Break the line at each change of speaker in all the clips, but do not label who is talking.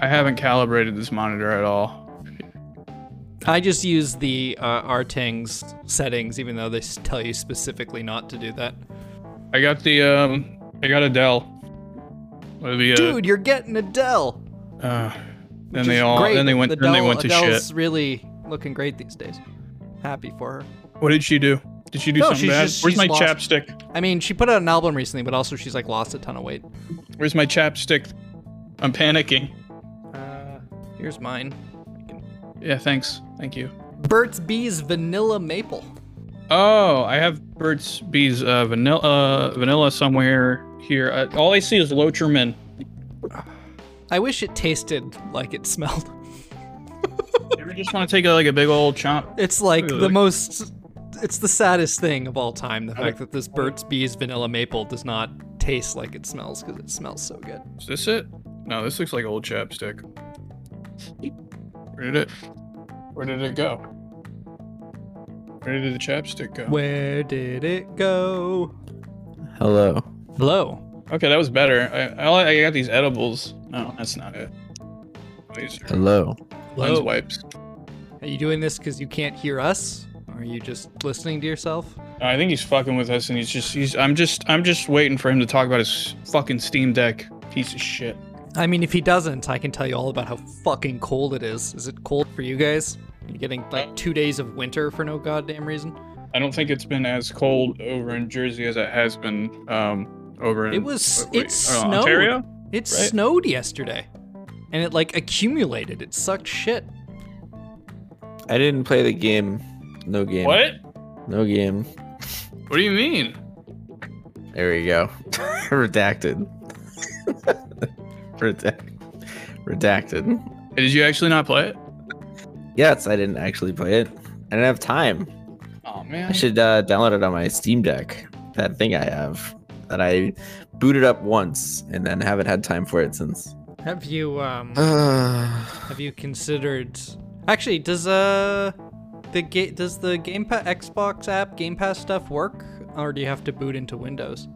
I haven't calibrated this monitor at all.
I just use the uh, Artang's settings, even though they s- tell you specifically not to do that.
I got the um, I got a Dell. Or the, uh,
Dude, you're getting a Dell.
uh, then
which
they
is
all
great.
then they went
The
then they
Dell-
went to
Dell's
shit.
really looking great these days. Happy for her.
What did she do? Did she do
No,
something
she's
bad?
just-
Where's
she's
my
lost-
chapstick?
I mean, she put out an album recently, but also she's like lost a ton of weight.
Where's my chapstick? I'm panicking.
Uh, here's mine.
Yeah, thanks. Thank you.
Burt's Bees Vanilla Maple.
Oh, I have Burt's Bees uh, vanilla vanilla somewhere here. Uh, all I see is Locherman.
I wish it tasted like it smelled.
You ever just want to take a, like a big old chomp?
It's like
Really?
the most. It's the saddest thing of all time. The fact that this Burt's Bees Vanilla Maple does not taste like it smells because it smells so good.
Is this it? No, this looks like old chapstick. Where did it? Where did it go? Where did the chapstick go?
Where did it go?
Hello.
Hello.
Okay, that was better. I, I, I got these edibles. No, that's not it. These are
Hello.
lens
Hello.
wipes.
Are you doing this because you can't hear us? Or are you just listening to yourself?
I think he's fucking with us, and he's just he's. I'm just I'm just waiting for him to talk about his fucking Steam Deck piece of shit.
I mean, if he doesn't, I can tell you all about how fucking cold it is. Is it cold for you guys? You're getting like two days of winter for no goddamn reason.
I don't think it's been as cold over in Jersey as it has been um, over in.
It was.
wait,
It
uh,
snowed.
Ontario.
It snowed yesterday, and it like accumulated. It sucked shit.
I didn't play the game. No game.
What?
No game.
What do you mean?
There we go. Redacted. Redact. Redacted.
Did you actually not play it?
Yes, I didn't actually play it. I didn't have time.
Oh man.
I should uh, download it on my Steam Deck. That thing I have that I booted up once and then haven't had time for it since.
Have you um?
Uh,
Have you considered? Actually, does uh, the ga- does the Game Pass Xbox app Game Pass stuff work, or do you have to boot into Windows?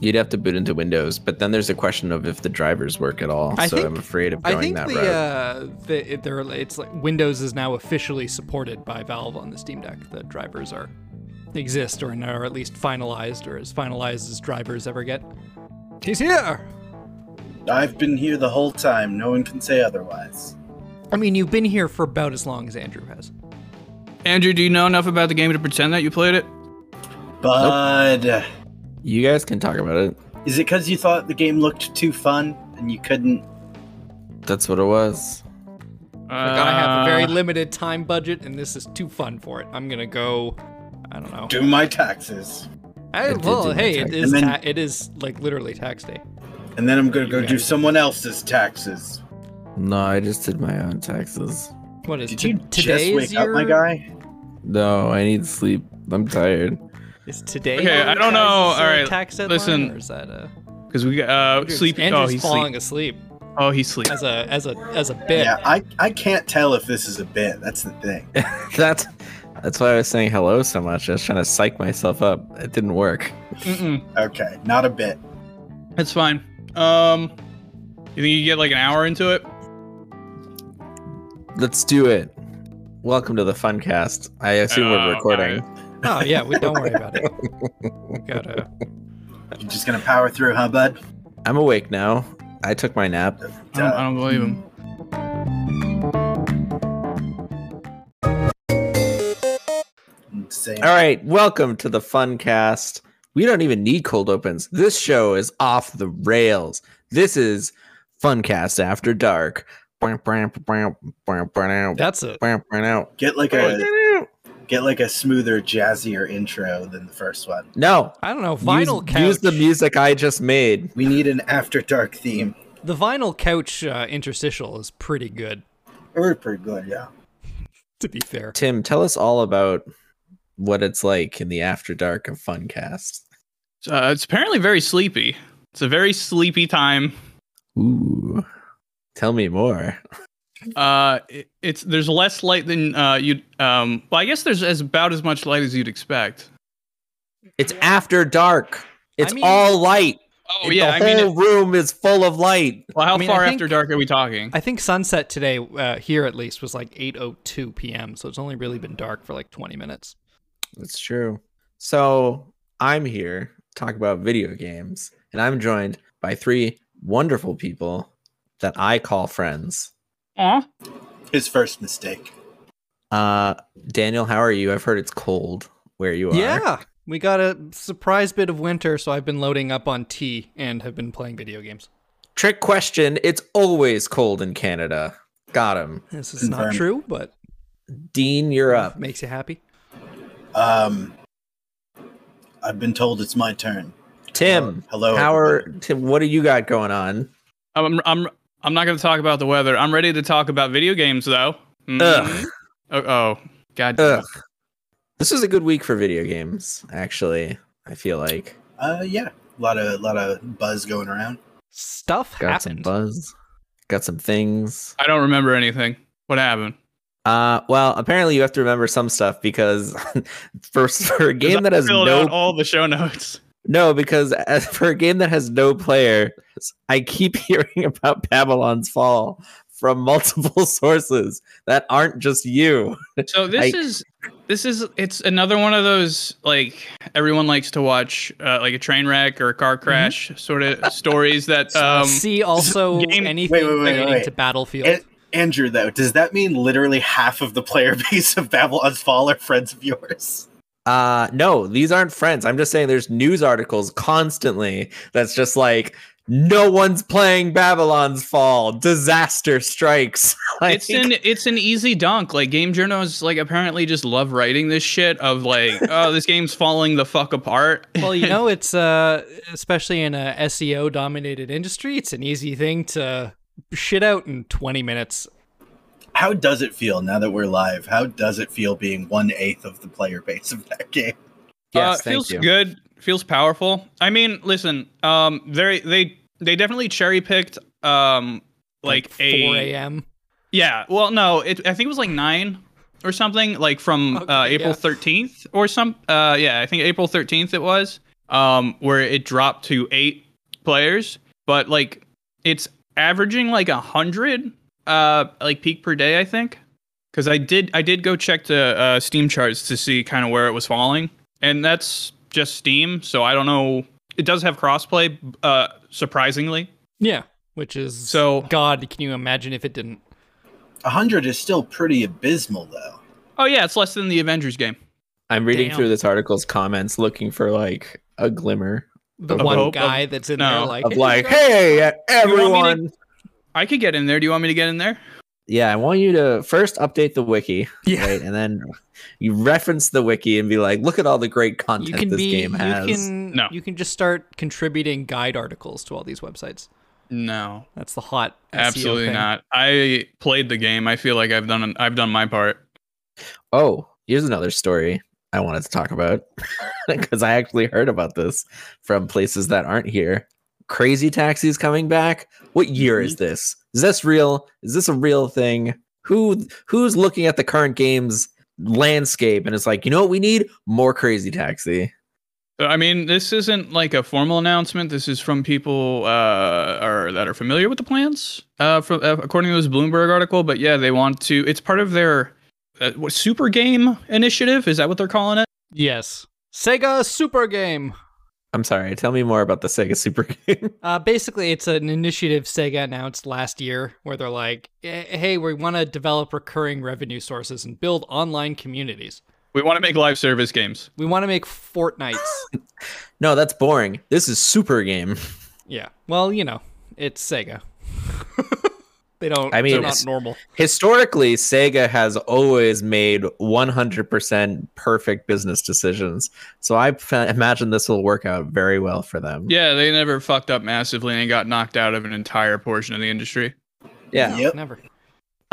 You'd have to boot into Windows, but then there's a question of if the drivers work at all.
I
so
think-
I'm afraid of going
I think
that
the
route.
uh, the it, they're, it's like Windows is now officially supported by Valve on the Steam Deck. The drivers are exist or are at least finalized or as finalized as drivers ever get. He's here.
I've been here the whole time. No one can say otherwise.
I mean, you've been here for about as long as Andrew has.
Andrew, do you know enough about the game to pretend that you played it?
Bud,
You guys can talk about it.
uh, is it because you thought the game looked too fun and you couldn't?
That's what it was.
Like, I have a very
Uh,
limited time budget, and this is too fun for it. I'm gonna go. I don't know.
Do my taxes,
I,
It did do
well,
my
hey,
tax-
it is.
And then-
ta- it is like literally tax day.
and then I'm gonna go do
Yes.
someone else's taxes.
No, I just did my own taxes.
What is
Did
to-
you
today?
just wake
is your,
up, my guy?
No, I need sleep. I'm tired.
Is today?
Okay,
your
I don't
guys'
know.
uh,
Alright,
tax deadline,
listen.
Or is that a
Because we got uh, sleepy.
Andrew's
oh, he's
falling
sleep.
asleep
Oh, he's sleep.
as a as a as a bit.
Yeah, I I can't tell if this is a bit. That's the thing.
That's that's why I was saying hello so much. I was trying to psych myself up. It didn't work.
Mm-mm.
Okay, not a bit.
That's fine. Um, you think you get like an hour into it?
Let's do it. Welcome to the Funcast. I assume
Uh,
we're recording.
Oh yeah, we don't worry about it. We gotta.
You're just gonna power through, huh, bud?
I'm awake now. I took my nap.
I don't, I don't believe him.
Insane.
All right, welcome to the Funcast. We don't even need cold opens. This show is off the rails. This is Funcast After Dark.
That's a
Get like a get like a smoother, jazzier intro than the first one.
No.
I don't know vinyl
use,
couch.
use the music I just made.
We need an after dark theme.
The vinyl couch uh, interstitial is pretty good.
We're pretty good, yeah.
To be fair,
Tim, tell us all about what it's like in the after dark of Funcast.
Uh, it's apparently very sleepy. It's a very sleepy time.
Ooh. Tell me more.
Uh, it, it's there's less light than uh you'd um. Well, I guess there's as about as much light as you'd expect.
It's after dark. It's
mean-
all light.
Oh yeah, I
the
mean,
whole room is full of light.
well, how
I mean, I
far
think-
after dark are we talking?
I think sunset today uh, here at least was like 8:02 p.m. So it's only really been dark for like 20 minutes.
That's true. So I'm here to talk about video games, and I'm joined by three wonderful people that I call friends.
Aw.
His first mistake.
Uh, Daniel, how are you? I've heard it's cold where you are.
Yeah, we got a surprise bit of winter, so I've been loading up on tea and have been playing video games.
Trick question. It's always cold in Canada. Got him.
This is not
Confirmed.
true, but
Dean, you're up.
makes you happy.
Um, I've been told it's my turn.
Tim,
Hello.
how are
everybody.
Tim? What do you got going on?
I'm I'm I'm not going to talk about the weather. I'm ready to talk about video games though. Mm.
Ugh.
Oh, oh. God. damn it.
Ugh. This is a good week for video games, actually. I feel like
Uh, yeah, a lot of lot of buzz going around.
Stuff
got some
happened.
buzz, got some things.
I don't remember anything. What happened?
Uh, well, apparently you have to remember some stuff because for, for a
'Cause
game that
I
has
filled
no
out all the show notes.
no because as, for a game that has no player, I keep hearing about Babylon's Fall from multiple sources that aren't just you.
So this
I-
is this is it's another one of those like everyone likes to watch uh, like a train wreck or a car crash sort of stories that um
See also
game-
anything
Wait, wait, wait,
relating
wait.
to Battlefield.
An- Andrew, though, does that mean literally half of the player base of Babylon's Fall are friends of yours?
Uh no, these aren't friends. I'm just saying there's news articles constantly that's just like no one's playing Babylon's Fall. Disaster strikes. Like,
it's an it's an easy dunk. Like game journals, like apparently just love writing this shit of like, oh, this game's falling the fuck apart.
well, you know, it's uh, especially in a SEO dominated industry, it's an easy thing to shit out in 20 minutes.
How does it feel now that we're live? How does it feel being one eighth of the player base of that game?
uh, feels good. Feels powerful. I mean, listen, um, they they they definitely cherry picked um like,
4
a
a.m.
yeah. Well, no, it I think it was like nine or something like from uh,
Okay,
April
yeah.
thirteenth or some. Uh, yeah, I think April thirteenth it was. Um, where it dropped to eight players, but like it's averaging like a hundred uh like peak per day, I think. Because I did I did go check the uh, Steam charts to see kind of where it was falling, and that's just Steam. So I don't know. It does have crossplay, uh, surprisingly.
Yeah, which is
So-
God, can you imagine if it didn't?
A hundred is still pretty abysmal, though.
Oh yeah, it's less than the Avengers game.
I'm reading
Damn.
through this article's comments looking for like a glimmer
The
Of
one
hope, of-
guy that's in
no,
there, like,
of like, hey
me to-
everyone.
I could get in there. Do you want me to get in there?
Yeah, I want you to first update the wiki,
yeah,
right? And then you reference the wiki and be like, look at all the great content
you can
this
be,
game has.
you can,
No.
you can just start contributing guide articles to all these websites.
No,
That's the hot, SEO
absolutely
thing.
not. I played the game. I feel like I've done I've done my part.
Oh, here's another story I wanted to talk about because I actually heard about this from places that aren't here. Crazy Taxi's coming back. What year
Mm-hmm.
is this? Is this real? Is this a real thing? Who who's looking at the current games landscape and it's like, you know what we need? More Crazy Taxi.
So, I mean, this isn't like a formal announcement. This is from people uh, are, that are familiar with the plans, uh, from, uh, according to this Bloomberg article. But yeah, they want to. It's part of their uh, what, super game initiative. Is that what they're calling it?
Yes, Sega Super Game.
I'm sorry. Tell me more about the Sega Super Game.
Uh, basically, it's an initiative Sega announced last year where they're like, "Eh, hey, we want to develop recurring revenue sources and build online communities.
We want to make live service games.
We want to make Fortnites.
no, that's boring. This is Super Game.
yeah. Well, you know, it's Sega. they don't,
I mean,
they're not
it's-
normal.
historically sega has always made 100% perfect business decisions so i fa- imagine this will work out very well for them
Yeah, they never fucked up massively and got knocked out of an entire portion of the industry.
yeah
Yep.
Never.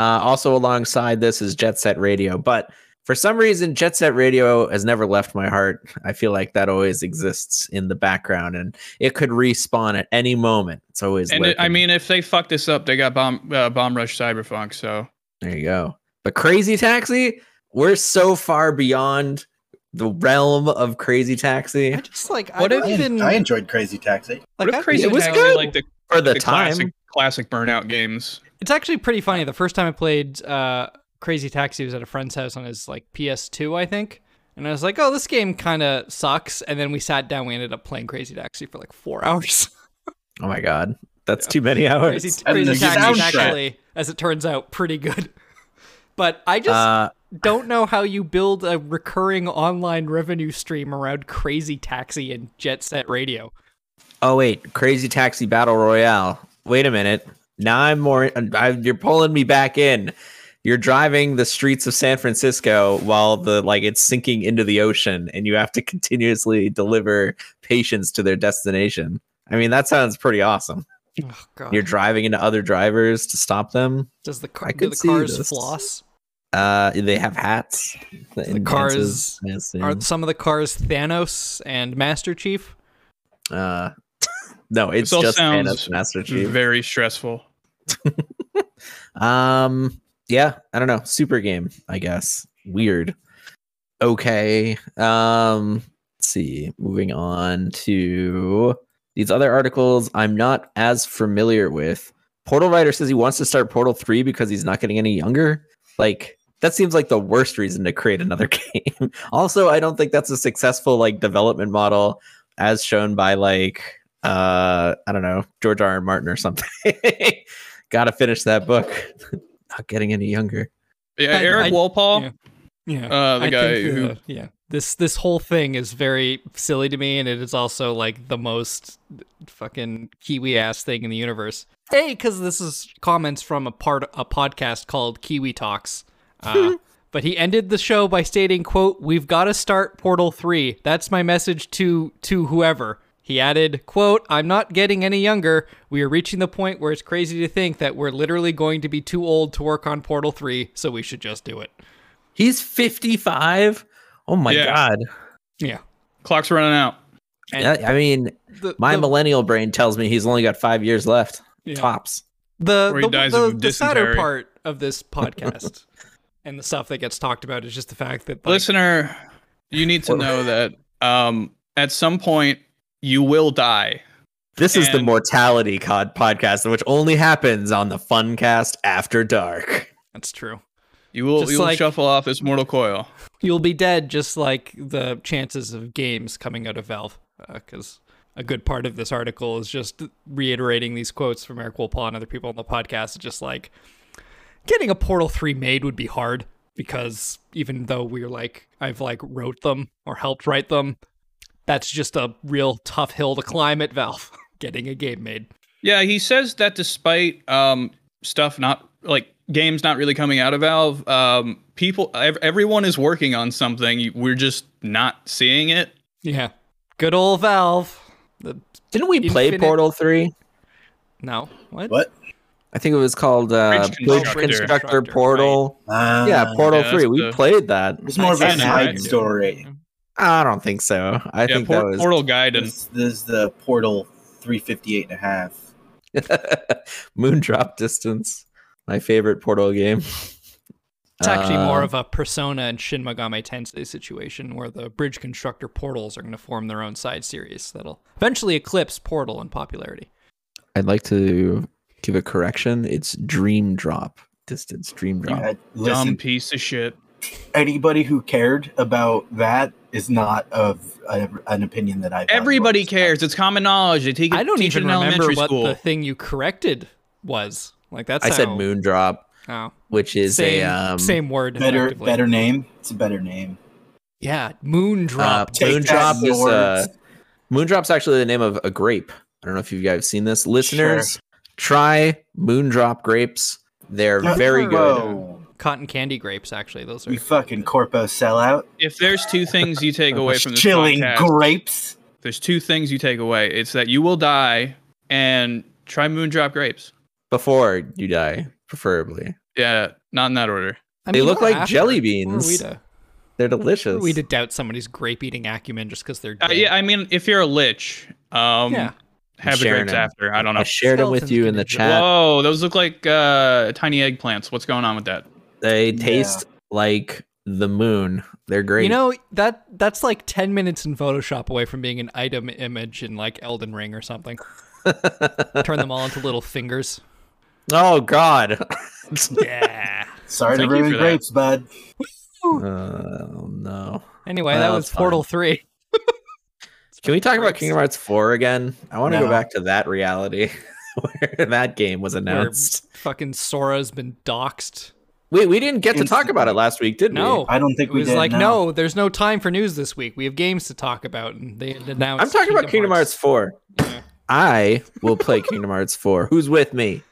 uh, also alongside this is jet set radio but for some reason jet set radio has never left my heart i feel like that always exists in the background and it could respawn at any moment it's always
And it, I
lurking.
mean, if they fuck this up, they got bomb uh, bomb rush cyberpunk. So
There you go. But Crazy Taxi, we're so far beyond the realm of Crazy Taxi
I just like
What
I
if-
don't even
I enjoyed Crazy Taxi.
like
what
I-
if Crazy
it was
Taxi
good
like the,
for the,
the
time.
classic classic Burnout games?
It's actually pretty funny. The first time I played uh, Crazy Taxi was at a friend's house on his like PS2, I think. And I was like, "Oh, this game kind of sucks." And then we sat down. We ended up playing Crazy Taxi for like four hours.
Oh my god, that's too many hours.
Crazy,
And
Crazy
the
Taxi is
soundtrack.
actually, as it turns out, pretty good. But I just
uh,
don't know how you build a recurring online revenue stream around Crazy Taxi and Jet Set Radio.
oh wait, Crazy Taxi Battle Royale. Wait a minute. Now I'm more. I, you're pulling me back in. You're driving the streets of San Francisco while the like it's sinking into the ocean, and you have to continuously deliver patients to their destination. I mean, that sounds pretty awesome.
Oh God!
You're driving into other drivers to stop them.
Does the car,
I
do
could
the
see
cars
this.
floss?
Uh, they have hats. The
cars Are
are
some of the cars Thanos and Master Chief?
uh, no, it's
This all
just
sounds
Thanos, Master Chief.
Very stressful.
Um, yeah, I don't know. Super game, I guess. Weird. Okay. Um, let's see. Moving on to these other articles I'm not as familiar with. Portal Rider says he wants to start Portal 3 because he's not getting any younger. Like that seems like the worst reason to create another game. also, I don't think that's a successful like development model as shown by like uh I don't know, George R. R. Martin or something. gotta finish that book. Not getting any younger.
Yeah,
I-
Eric
I-
Walpole,
Yeah.
uh, the
I
guy
think,
who
uh, yeah this this whole thing is very silly to me and it is also like the most fucking kiwi ass thing in the universe a because this is comments from a part a podcast called kiwi talks uh, but he ended the show by stating quote we've got to start portal 3 that's my message to to whoever he added quote i'm not getting any younger we are reaching the point where it's crazy to think that we're literally going to be too old to work on portal 3 so we should just do it
He's 55. Oh my
Yeah.
god.
yeah
clocks running out.
Yeah, I mean,
the,
my
the-
millennial brain tells me he's only got five years left.
Yeah.
Tops.
the
Or he
the,
dies
the,
of
the sadder
dysentery.
part of this podcast and the stuff that gets talked about is just the fact that like,
Listener, you need to
What-
know that um, at some point you will die.
This is the
And-
mortality cod podcast, which only happens on the Funcast after dark.
that's true.
You will
Just
you will
like-
shuffle off this mortal coil.
You'll be dead, just like the chances of games coming out of Valve, because a good part of this article is just reiterating these quotes from Eric Wolpaw and other people on the podcast. Just like getting a Portal Three made would be hard because even though we're like I've like wrote them or helped write them, that's just a real tough hill to climb at Valve. getting a game made.
Yeah, he says that despite um, stuff not like games not really coming out of Valve, um, people ev- everyone is working on something. We're just not seeing it.
Yeah. Good old Valve. The
Didn't we play
Infinite-
Portal 3?
no. What?
What?
I think it was called uh,
Bridge
Bridge Constructor,
Constructor.
Constructor,
Portal.
Uh,
yeah, Portal
Yeah,
3.
that's
We
the-
played that.
It was more of
I
a
see.
side
Right.
story.
I don't think so. I
yeah,
think
por-
that was
Portal Guide and
This, this is the Portal 358 and a half.
Moondrop Distance, my favorite Portal game.
It's actually more
Uh,
of a Persona and Shin Megami Tensei situation where the bridge constructor portals are going to form their own side series that'll eventually eclipse Portal in popularity.
I'd like to give a correction. It's Dream Drop Distance. Dream Drop.
I-
dumb
Listen,
piece of shit.
anybody who cared about that is not of a, an opinion that I. value
Everybody
on this
cares. It's common knowledge. They take it,
I don't
teach it
even
in
remember
elementary
what
school.
the thing you corrected was. Like that's
I said
how-
Moon Drop,
Oh,
which is
same,
a um,
same word.
Better,
effectively.
better name. It's a better name.
Yeah, moon
Uh,
drop.
Moon
Take that,
Drop is,
Zords.
uh, Moon Drop's actually the name of a grape. I don't know if you guys have seen this. Listeners, try Moon Drop grapes. They're very good.
Whoa.
Cotton candy grapes. Actually, those are
You fucking corpo sellout.
if there's two things you take away from this
Chilling
podcast,
grapes.
there's two things you take away. It's that you will die and try Moondrop grapes.
Before you die, preferably.
Yeah, not in that order.
I
they look
we're
like
after-
jelly
who are we
beans.
to-
They're
Who
delicious.
are we to doubt somebody's grape eating acumen just because they're
Uh,
dead?
yeah, I mean, if you're a lich, um,
yeah.
have the
Sharing
grapes
them.
after. I don't know.
I shared them with
Skeletons
you
can
in the
exist.
chat.
uh, Whoa, those look like uh, tiny eggplants. What's going on with that?
They
Yeah.
taste like the moon. They're great.
You know that that's like ten minutes in Photoshop away from being an item image in like Elden Ring or something. Turn them all into little fingers.
oh God.
Yeah.
Sorry
Thank
to
you
ruin
for that.
grapes, bud.
Oh no.
Anyway, that
Well,
was
fine.
Portal Three.
Can we talk about
Grapes.
Kingdom Hearts 4 again? I want to
No.
go back to that reality where that game was
Where
announced.
fucking Sora's been doxxed.
Wait, we didn't get to talk about it last week, did we?
No.
I don't think
It
we
was
did,
like,
no.
no, there's no time for news this week. We have games to talk about, and they announced.
I'm talking about Kingdom Hearts 4.
Yeah.
I will play Kingdom Hearts 4. Who's with me?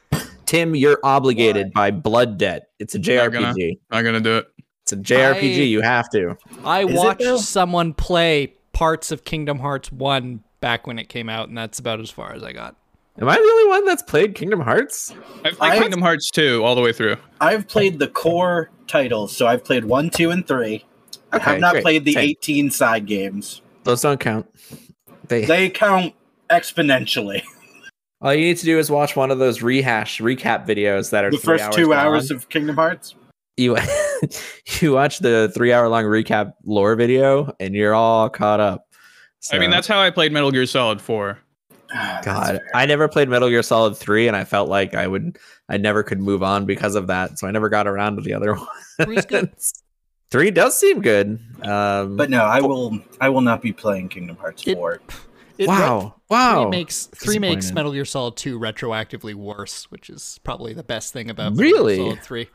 Tim, you're obligated by blood debt. It's a
Not gonna.
JRPG.
Not gonna do it.
It's a JRPG.
I-
You have to.
I
Is it though?
watched someone play parts of Kingdom Hearts One back when it came out, and that's about as far as I got.
Am I the only one that's played Kingdom Hearts?
I played
I-
Kingdom Hearts 2 all the way through.
I've played the core titles, so I've played one, two, and three. I have
Okay,
not
great.
played the
Same.
18 side games.
Those don't count. They,
They count exponentially.
all you need to do is watch one of those rehash recap videos that are
the
three
first two
long.
hours of Kingdom Hearts.
you you watch the three hour long recap lore video and you're all caught up.
I mean,
So,
that's how I played Metal Gear Solid 4.
Ah, that's
God.
fair.
I never played Metal Gear Solid three, and I felt like I would I never could move on because of that. So I never got around to the other one.
Three's good.
three does seem good. Um,
But no, I will. I will not be playing Kingdom Hearts
It-
four.
It-
wow,
Three
wow,
makes three makes
Oh, Disappointed.
Metal Gear Solid Two retroactively worse, which is probably the best thing about Metal Gear
Really?
Solid Three.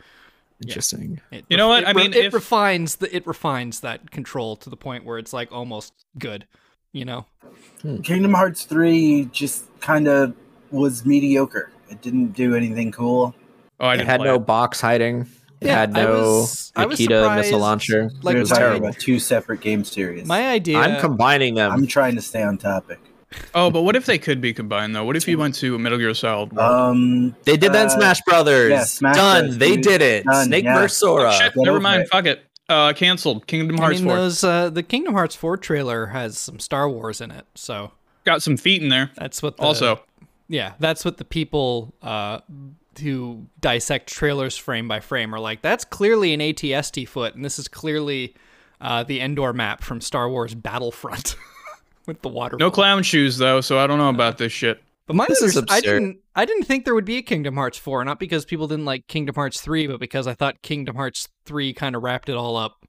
interesting.
It
You know what?
it
I mean,
it
if-
refines the it refines that control to the point where it's like almost good. You know,
Kingdom Hearts three just kind of was mediocre. It didn't do anything cool.
Oh, I
It
didn't
had
play
no
it.
box hiding. It
Yeah,
had
I
no
was- I was
Nikita
surprised,
missile launcher.
like,
we
it
were
was
talking
terrible.
about two separate game series.
my idea.
I'm combining them.
I'm trying to stay on topic.
Oh, but what if they could be combined though? What if you went to Metal Gear Solid? World?
Um,
they did that in
uh,
Smash Brothers.
yeah, Smash
Done.
Bros.
They
Dude.
did it.
Done,
Snake
yeah.
vs. Sora.
Oh, Shit,
get
never
over
mind.
it.
Fuck it. Uh, canceled. Kingdom
I
Hearts
mean,
4
those uh, the Kingdom Hearts Four trailer has some Star Wars in it, so
got some feet in there.
that's what the,
Also,
yeah, that's what the people uh, who dissect trailers frame by frame are like. That's clearly an ATST foot, and this is clearly uh, the Endor map from Star Wars Battlefront with the water.
no clown shoes though, so I don't know about this shit.
But my
This is
unders- I
absurd.
didn't I didn't think there would be a Kingdom Hearts 4, not because people didn't like Kingdom Hearts 3, but because I thought Kingdom Hearts 3 kind of wrapped it all up.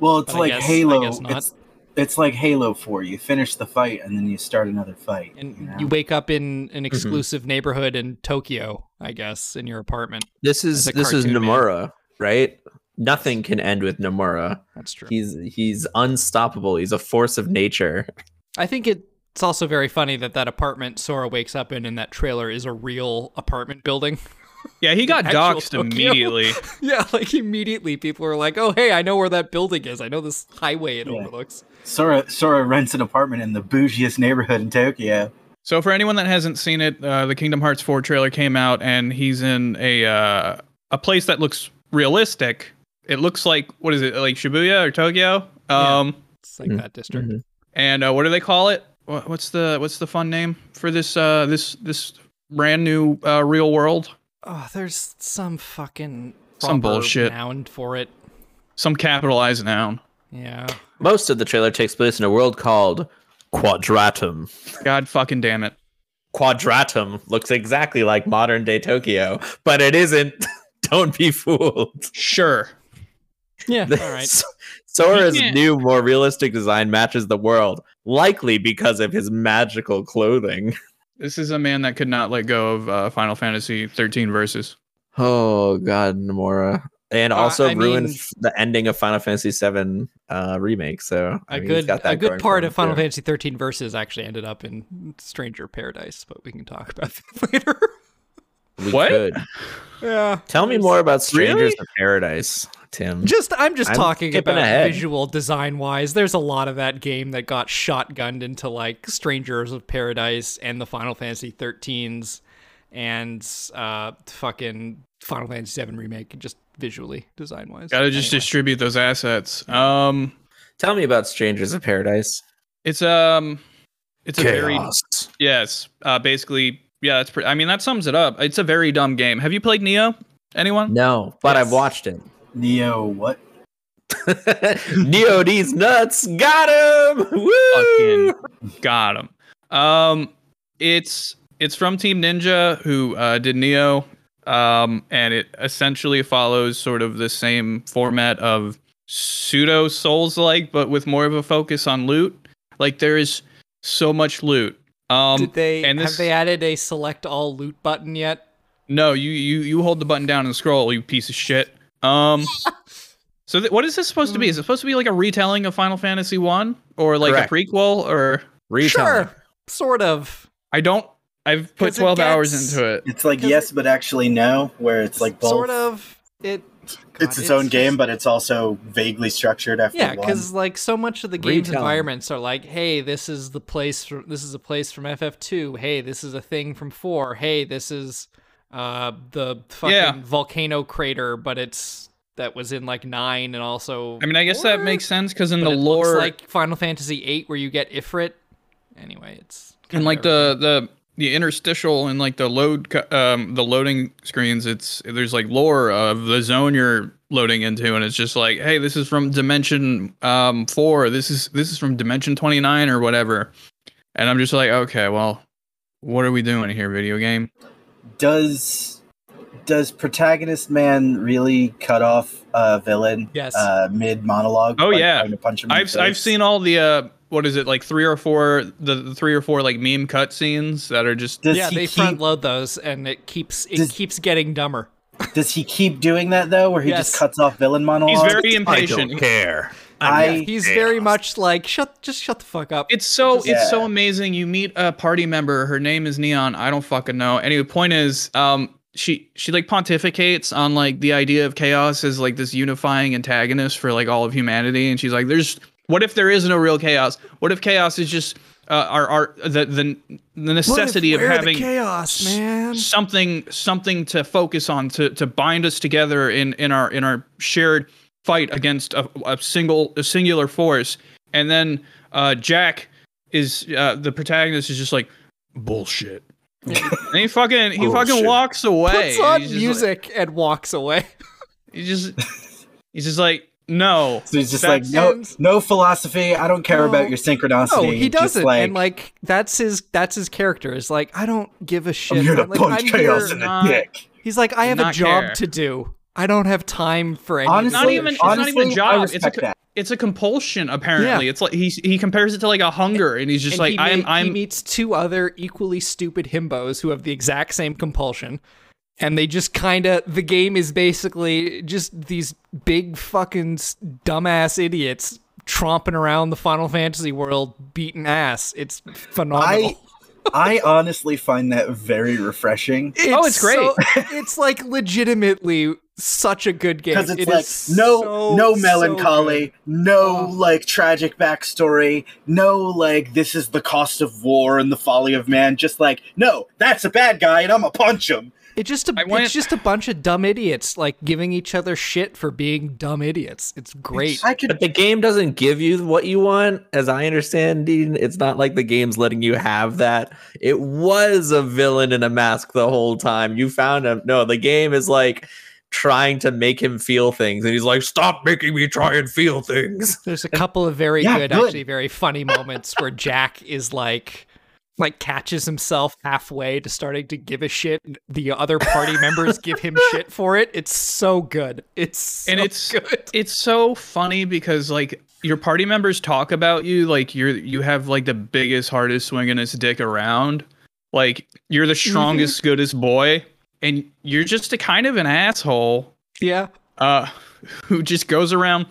well, it's
But I
like
guess- I
Halo.
guess not.
It's, it's like Halo four. You finish the fight and then you start another fight.
And
you know?
you wake up in
Mm-hmm.
an exclusive neighborhood in Tokyo, I guess, in your apartment.
This is
As a
this is
cartoon man.
Nomura, right? Nothing can end with Nomura.
That's true.
He's he's unstoppable. He's a force of nature.
I think it's also very funny that that apartment Sora wakes up in in that trailer is a real apartment building.
Yeah, he got
Actual
doxxed
Tokyo.
immediately.
yeah, like immediately people are like, "Oh, hey, I know where that building is. I know this highway it
Yeah.
overlooks."
Sora Sora rents an apartment in the bougiest neighborhood in Tokyo.
So for anyone that hasn't seen it, uh, the Kingdom Hearts 4 trailer came out, and he's in a uh, a place that looks realistic. It looks like what is it like Shibuya or Tokyo?
Yeah.
Um,
It's like
Mm.
that district.
Mhm.
and uh, what do they call it? Wha- What's the what's the fun name for this uh, this this brand new uh, real world?
Oh, there's some fucking
Some
proper
bullshit.
noun for it.
Some capitalized noun.
Yeah,
Most of the trailer takes place in a world called Quadratum.
God fucking damn it!
Quadratum looks exactly like modern day Tokyo, but it isn't. Don't be fooled.
Sure.
yeah. All right.
S- Sora's
You can't-
new, more realistic design matches the world, likely because of his magical clothing.
This is a man that could not let go of uh, Final Fantasy 13 verses.
Oh God, Nomura, and
Uh,
also
I
ruined
mean-
f- the ending of Final Fantasy VII uh, remake. So I
A
mean, he's
good,
got that
a
going
good part
for
of
him,
Final
too.
Fantasy 13 verses actually ended up in Stranger Paradise, but we can talk about that later.
We
What?
could.
yeah.
Tell me more about Strangers
Really?
in Paradise, Tim.
Just I'm just
I'm
talking
skipping
about
ahead.
visual design wise. There's a lot of that game that got shotgunned into like Strangers of Paradise and the Final Fantasy 13s and uh fucking Final Fantasy 7 remake just visually design wise.
Got to just distribute those assets. Um,
Tell me about Strangers in Paradise.
it's um, it's a very Yes. Uh, basically, yeah. That's. Pre- I mean, that sums it up. It's a very dumb game. Have you played Neo? Anyone?
No, but
Yes.
I've watched it.
Neo, what?
Neo E D's nuts. Got him. Woo!
Fucking got him. Um, it's it's from Team Ninja who uh, did Neo, um, and it essentially follows sort of the same format of pseudo Souls like, but with more of a focus on loot. Like there is so much loot. Um,
Did they
and this-
have they added a select all loot button yet?
No, you you you hold the button down and scroll, you piece of shit. Um. So th- what is this supposed to be? Is it supposed to be like a retelling of Final Fantasy One, or like
Correct.
a prequel, or
Retelling.
Sure, sort of.
I don't. I've put
'Cause it
twelve hours
gets-
into it.
It's like
'Cause
yes, but actually no, where it's like both.
sort of. It. God,
it's its own game,
just-
but it's also vaguely structured after
Yeah,
one.
because like so much of the game's
Retelling.
environments are like, hey, this is the place. For, this is a place from FF2. Hey, this is a thing from four. Hey, this is uh the fucking
Yeah.
volcano crater, but it's that was in like nine and also.
I mean, I guess that
four?
makes sense because in
But
the
it
lore,
looks like Final Fantasy VIII, where you get Ifrit. Anyway, it's kind
and
of
like
everything.
the the the interstitial and like the load co- um the loading screens, it's there's like lore of the zone you're loading into, and it's just like, hey, this is from dimension um four. This is this is from dimension twenty nine or whatever. And I'm just like, okay, well, what are we doing here, video game?
does does protagonist man really cut off a villain
yes.
uh, mid monologue?
Oh, yeah.
trying to punch him. in the
I've I've
face?
seen all the uh what is it like three or four the, the three or four like meme cutscenes that are just
Does
yeah,
he
they
keep,
front load those, and it keeps it
Does-
keeps getting dumber.
Does he keep doing that though, where he just
Yes.
cuts off villain monologues?
he's very
Oh, I
impatient.
don't care.
I-
not
He's
chaos.
very much like shut, just shut the fuck up.
It's so
Just-
it's so
Yeah.
amazing. You meet a party member. Her name is Neon. I don't fucking know. Anyway, point is, um, she she like pontificates on like the idea of chaos as like this unifying antagonist for like all of humanity. And she's like, "There's what if there is no real chaos? What if chaos is just uh, our our the the, the necessity of having
chaos, man.
something something to focus on to to bind us together in in our in our shared fight against a, a single a singular force and then uh jack is uh the protagonist is just like bullshit and he fucking he fucking
Bullshit.
walks away
Puts on
he's just
music and walks away.
like, he's just he's just like no
So he's just
That
like no,
seems-
no philosophy. I don't care
No.
about your synchronicity.
No, he
Just
doesn't.
Like,
and like that's his that's his character. Is like I don't give a shit.
I'm here to
like,
punch
I'm
chaos
here-
in the
not-
dick.
He's like I have a
Not
job
care.
to do. I don't have time for any. of
Honestly,
this
not even-
shit."
it's not
honestly,
even a job,
I
it's a
respect
co-
that.
it's a compulsion apparently it's like he he compares it to like a hunger and he's just
And
like
he
i'm
meet- he
i'm
meets two other equally stupid himbos who have the exact same compulsion, and they just kind of the game is basically just these big fucking s- dumbass idiots tromping around the Final Fantasy world, beating ass. It's phenomenal.
I I honestly find that very refreshing.
Oh, it's great.
so- it's like legitimately such a good game.
because it's
It
like
is
no
so,
no
so
melancholy
good.
no
Oh.
like tragic backstory no like this is the cost of war and the folly of man just like no that's a bad guy and i'm gonna punch him
It just a,
I went-
it's just a bunch of dumb idiots like giving each other shit for being dumb idiots. It's great.
i could
But the game doesn't give you what you want, as I understand, Dean. It's not like the game's letting you have that. It was a villain in a mask the whole time. You found him. No, the game is like trying to make him feel things, and he's like, "Stop making me try and feel things."
There's a couple of very
Yeah,
good,
good.
actually very funny moments where Jack is like like catches himself halfway to starting to give a shit and the other party members give him shit for it. It's so good. It's so
And it's-
good.
it's so funny because like your party members talk about you like you're you have like the biggest hardest swinginest dick around like you're the
Mm-hmm.
strongest goodest boy and you're just a kind of an asshole
Yeah.
uh who just goes around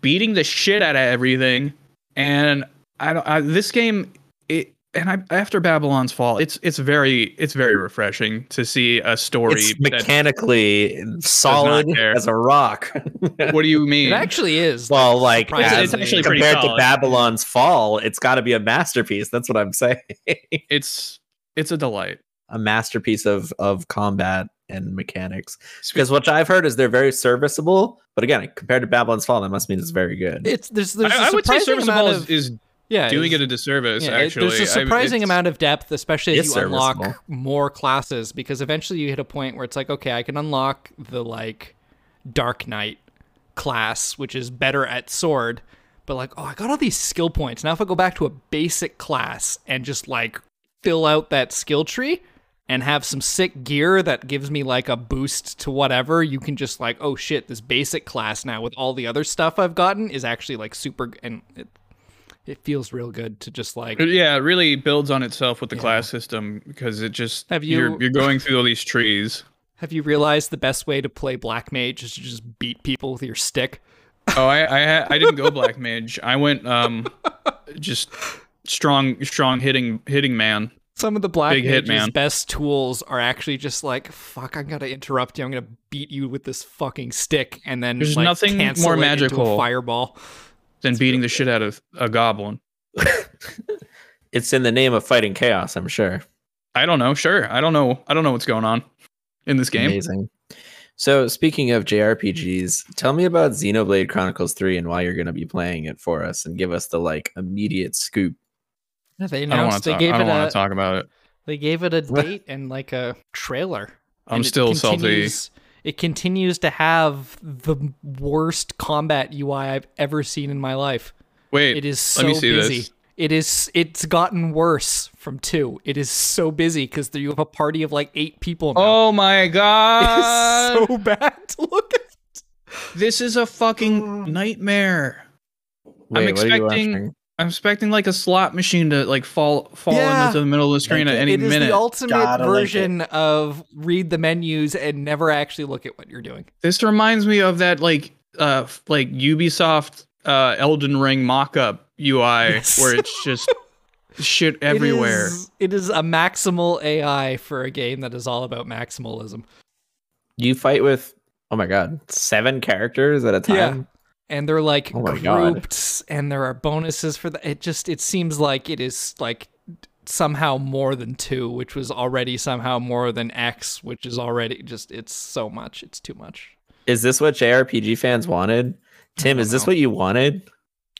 beating the shit out of everything and i don't I, this game it and I, after Babylon's Fall, it's it's very it's very refreshing to see a story.
It's
that-
mechanically solid
care.
as a rock.
what do you mean?
It actually is.
well, like
It's- it's
as
actually
pretty
compared to
solid.
Babylon's Fall, it's got to be a masterpiece. That's what I'm saying.
It's it's a delight.
a masterpiece of of combat and mechanics. Because what I've heard is they're very serviceable, but again, compared to Babylon's Fall, that must mean it's very good.
It's there's there's
I,
a
I would say
surprising amount
serviceable is,
of
is
yeah,
doing
it's-
it a disservice.
Yeah, it-
actually,
there's a
I-
surprising
it's-
amount of depth, especially as
It's
you unlock
serviceable.
more classes, because eventually you hit a point where it's like, okay, I can unlock the like Dark Knight, class, which is better at sword. But like, oh, I got all these skill points. Now if I go back to a basic class and just like fill out that skill tree and have some sick gear that gives me like a boost to whatever, you can just like, oh shit, this basic class now with all the other stuff I've gotten is actually like super and it it feels real good to just like
Yeah, it really builds on itself with the class system because it just
Have you-
you're, you're going through all these trees.
Have you realized the best way to play black mage is to just beat people with your stick?
Oh, I I, ha- I didn't go black mage. I went um just strong strong hitting hitting man.
Some of the black
Big hit,
mage's
man.
best tools are actually just like, fuck, I'm gonna interrupt you. I'm gonna beat you with this fucking stick, and then
There's
like,
nothing
cancel
more
it into a
magical.
fireball.
Then beating the shit out of a goblin.
It's in the name of fighting chaos, I'm sure.
I don't know. Sure, I don't know. I don't know what's going on in this game.
Amazing. So, speaking of JRPGs, tell me about Xenoblade Chronicles 3 and why you're going to be playing it for us and give us the like immediate scoop.
They
I don't want
announced
to
they
talk.
gave
I
it
don't want to
a
talk about it.
they gave it a
What?
date and like a trailer.
I'm
and it
still salty.
continues- It continues to have the worst combat UI I've ever seen in my life.
Wait,
It is so
let me see
busy.
this.
It is. It's gotten worse from two. It is so busy because you have a party of like eight people now.
Oh my god!
It is so bad to look at.
this is a fucking nightmare.
Wait, What are you
expecting-
watching?
I'm expecting like a slot machine to like fall fall
Yeah.
into the middle of the screen
Like
at
it-
any
It is
minute.
the ultimate
Gotta like
version of read the menus and never actually look at what you're doing.
this reminds me of that like uh f- like Ubisoft uh Elden Ring mock-up UI
Yes.
where it's just shit everywhere.
It is, it is a maximal AI for a game that is all about maximalism.
You fight with, oh my God, seven characters at a time?
Yeah. and they're like
Oh my
grouped
God.
and there are bonuses for that it just it seems like it is like somehow more than two which was already somehow more than x which is already just it's so much it's too much
Is this what JRPG fans wanted? Tim, is this
know.
what you wanted?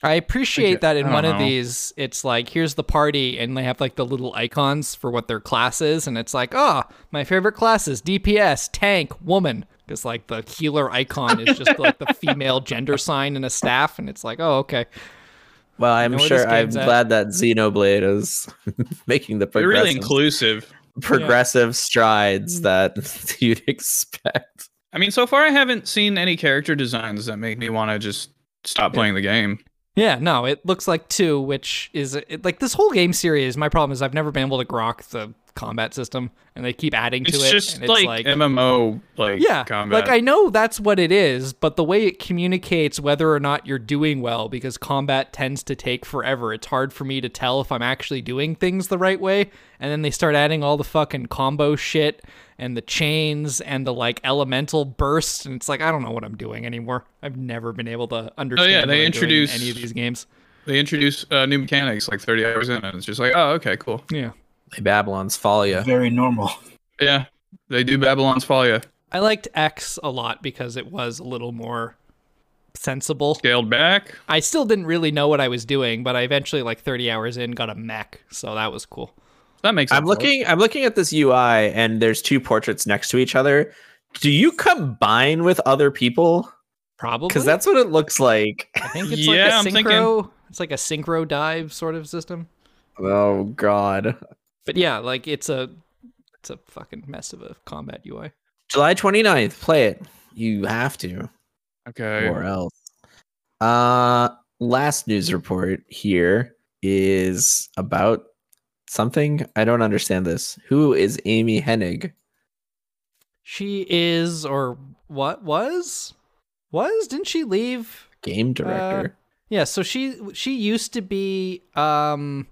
i appreciate that in
I
one
don't
of
know.
these it's like here's the party and they have like the little icons for what their class is and it's like oh my favorite class is dps tank woman because like the healer icon is just like the female gender sign and a staff and it's like oh okay
Well, I'm
know where this
sure I'm
game's at.
glad that Xenoblade is making the
They're
progressive,
really inclusive.
progressive strides that you'd expect.
I mean, so far I haven't seen any character designs that make me want to just stop playing the game.
Yeah, no, it looks like two, which is it, like this whole game series. My problem is I've never been able to grok the combat system, and they keep adding to
It's
it.
just
and it's
like,
like,
MMO like
yeah,
combat.
like I know that's what it is, but the way it communicates whether or not you're doing well, because combat tends to take forever. It's hard for me to tell if I'm actually doing things the right way, and then they start adding all the fucking combo shit and the chains and the like elemental bursts, and it's like I don't know what I'm doing anymore. I've never been able to understand.
Oh, they
what I'm doing in
introduce-
any of these games.
they introduce uh, new mechanics like 30 hours in, and it's just like, oh, okay, cool.
Yeah.
Like Babylon's Fall, yeah.
Very normal.
Yeah, they do Babylon's uh, Fall, yeah.
I liked X a lot because it was a little more sensible.
Scaled back.
I still didn't really know what I was doing, but I eventually, like 30 hours in, got a mech, so that was cool.
That makes. sense.
I'm looking. I'm looking at this UI, and there's two portraits next to each other. Do you combine with other people?
Probably
Because that's what it looks like.
I think it's
Yeah,
like
I'm
a
thinking-
synchro. It's like a synchro dive sort of system.
Oh God.
But yeah, like it's a it's a fucking mess of a combat UI.
July 29th. Play it. You have to.
Okay.
or else. Uh, last news report here is about something I don't understand. This who is Amy Hennig?
She is or what was was didn't she leave
Game director.
Yeah, so she she used to be um,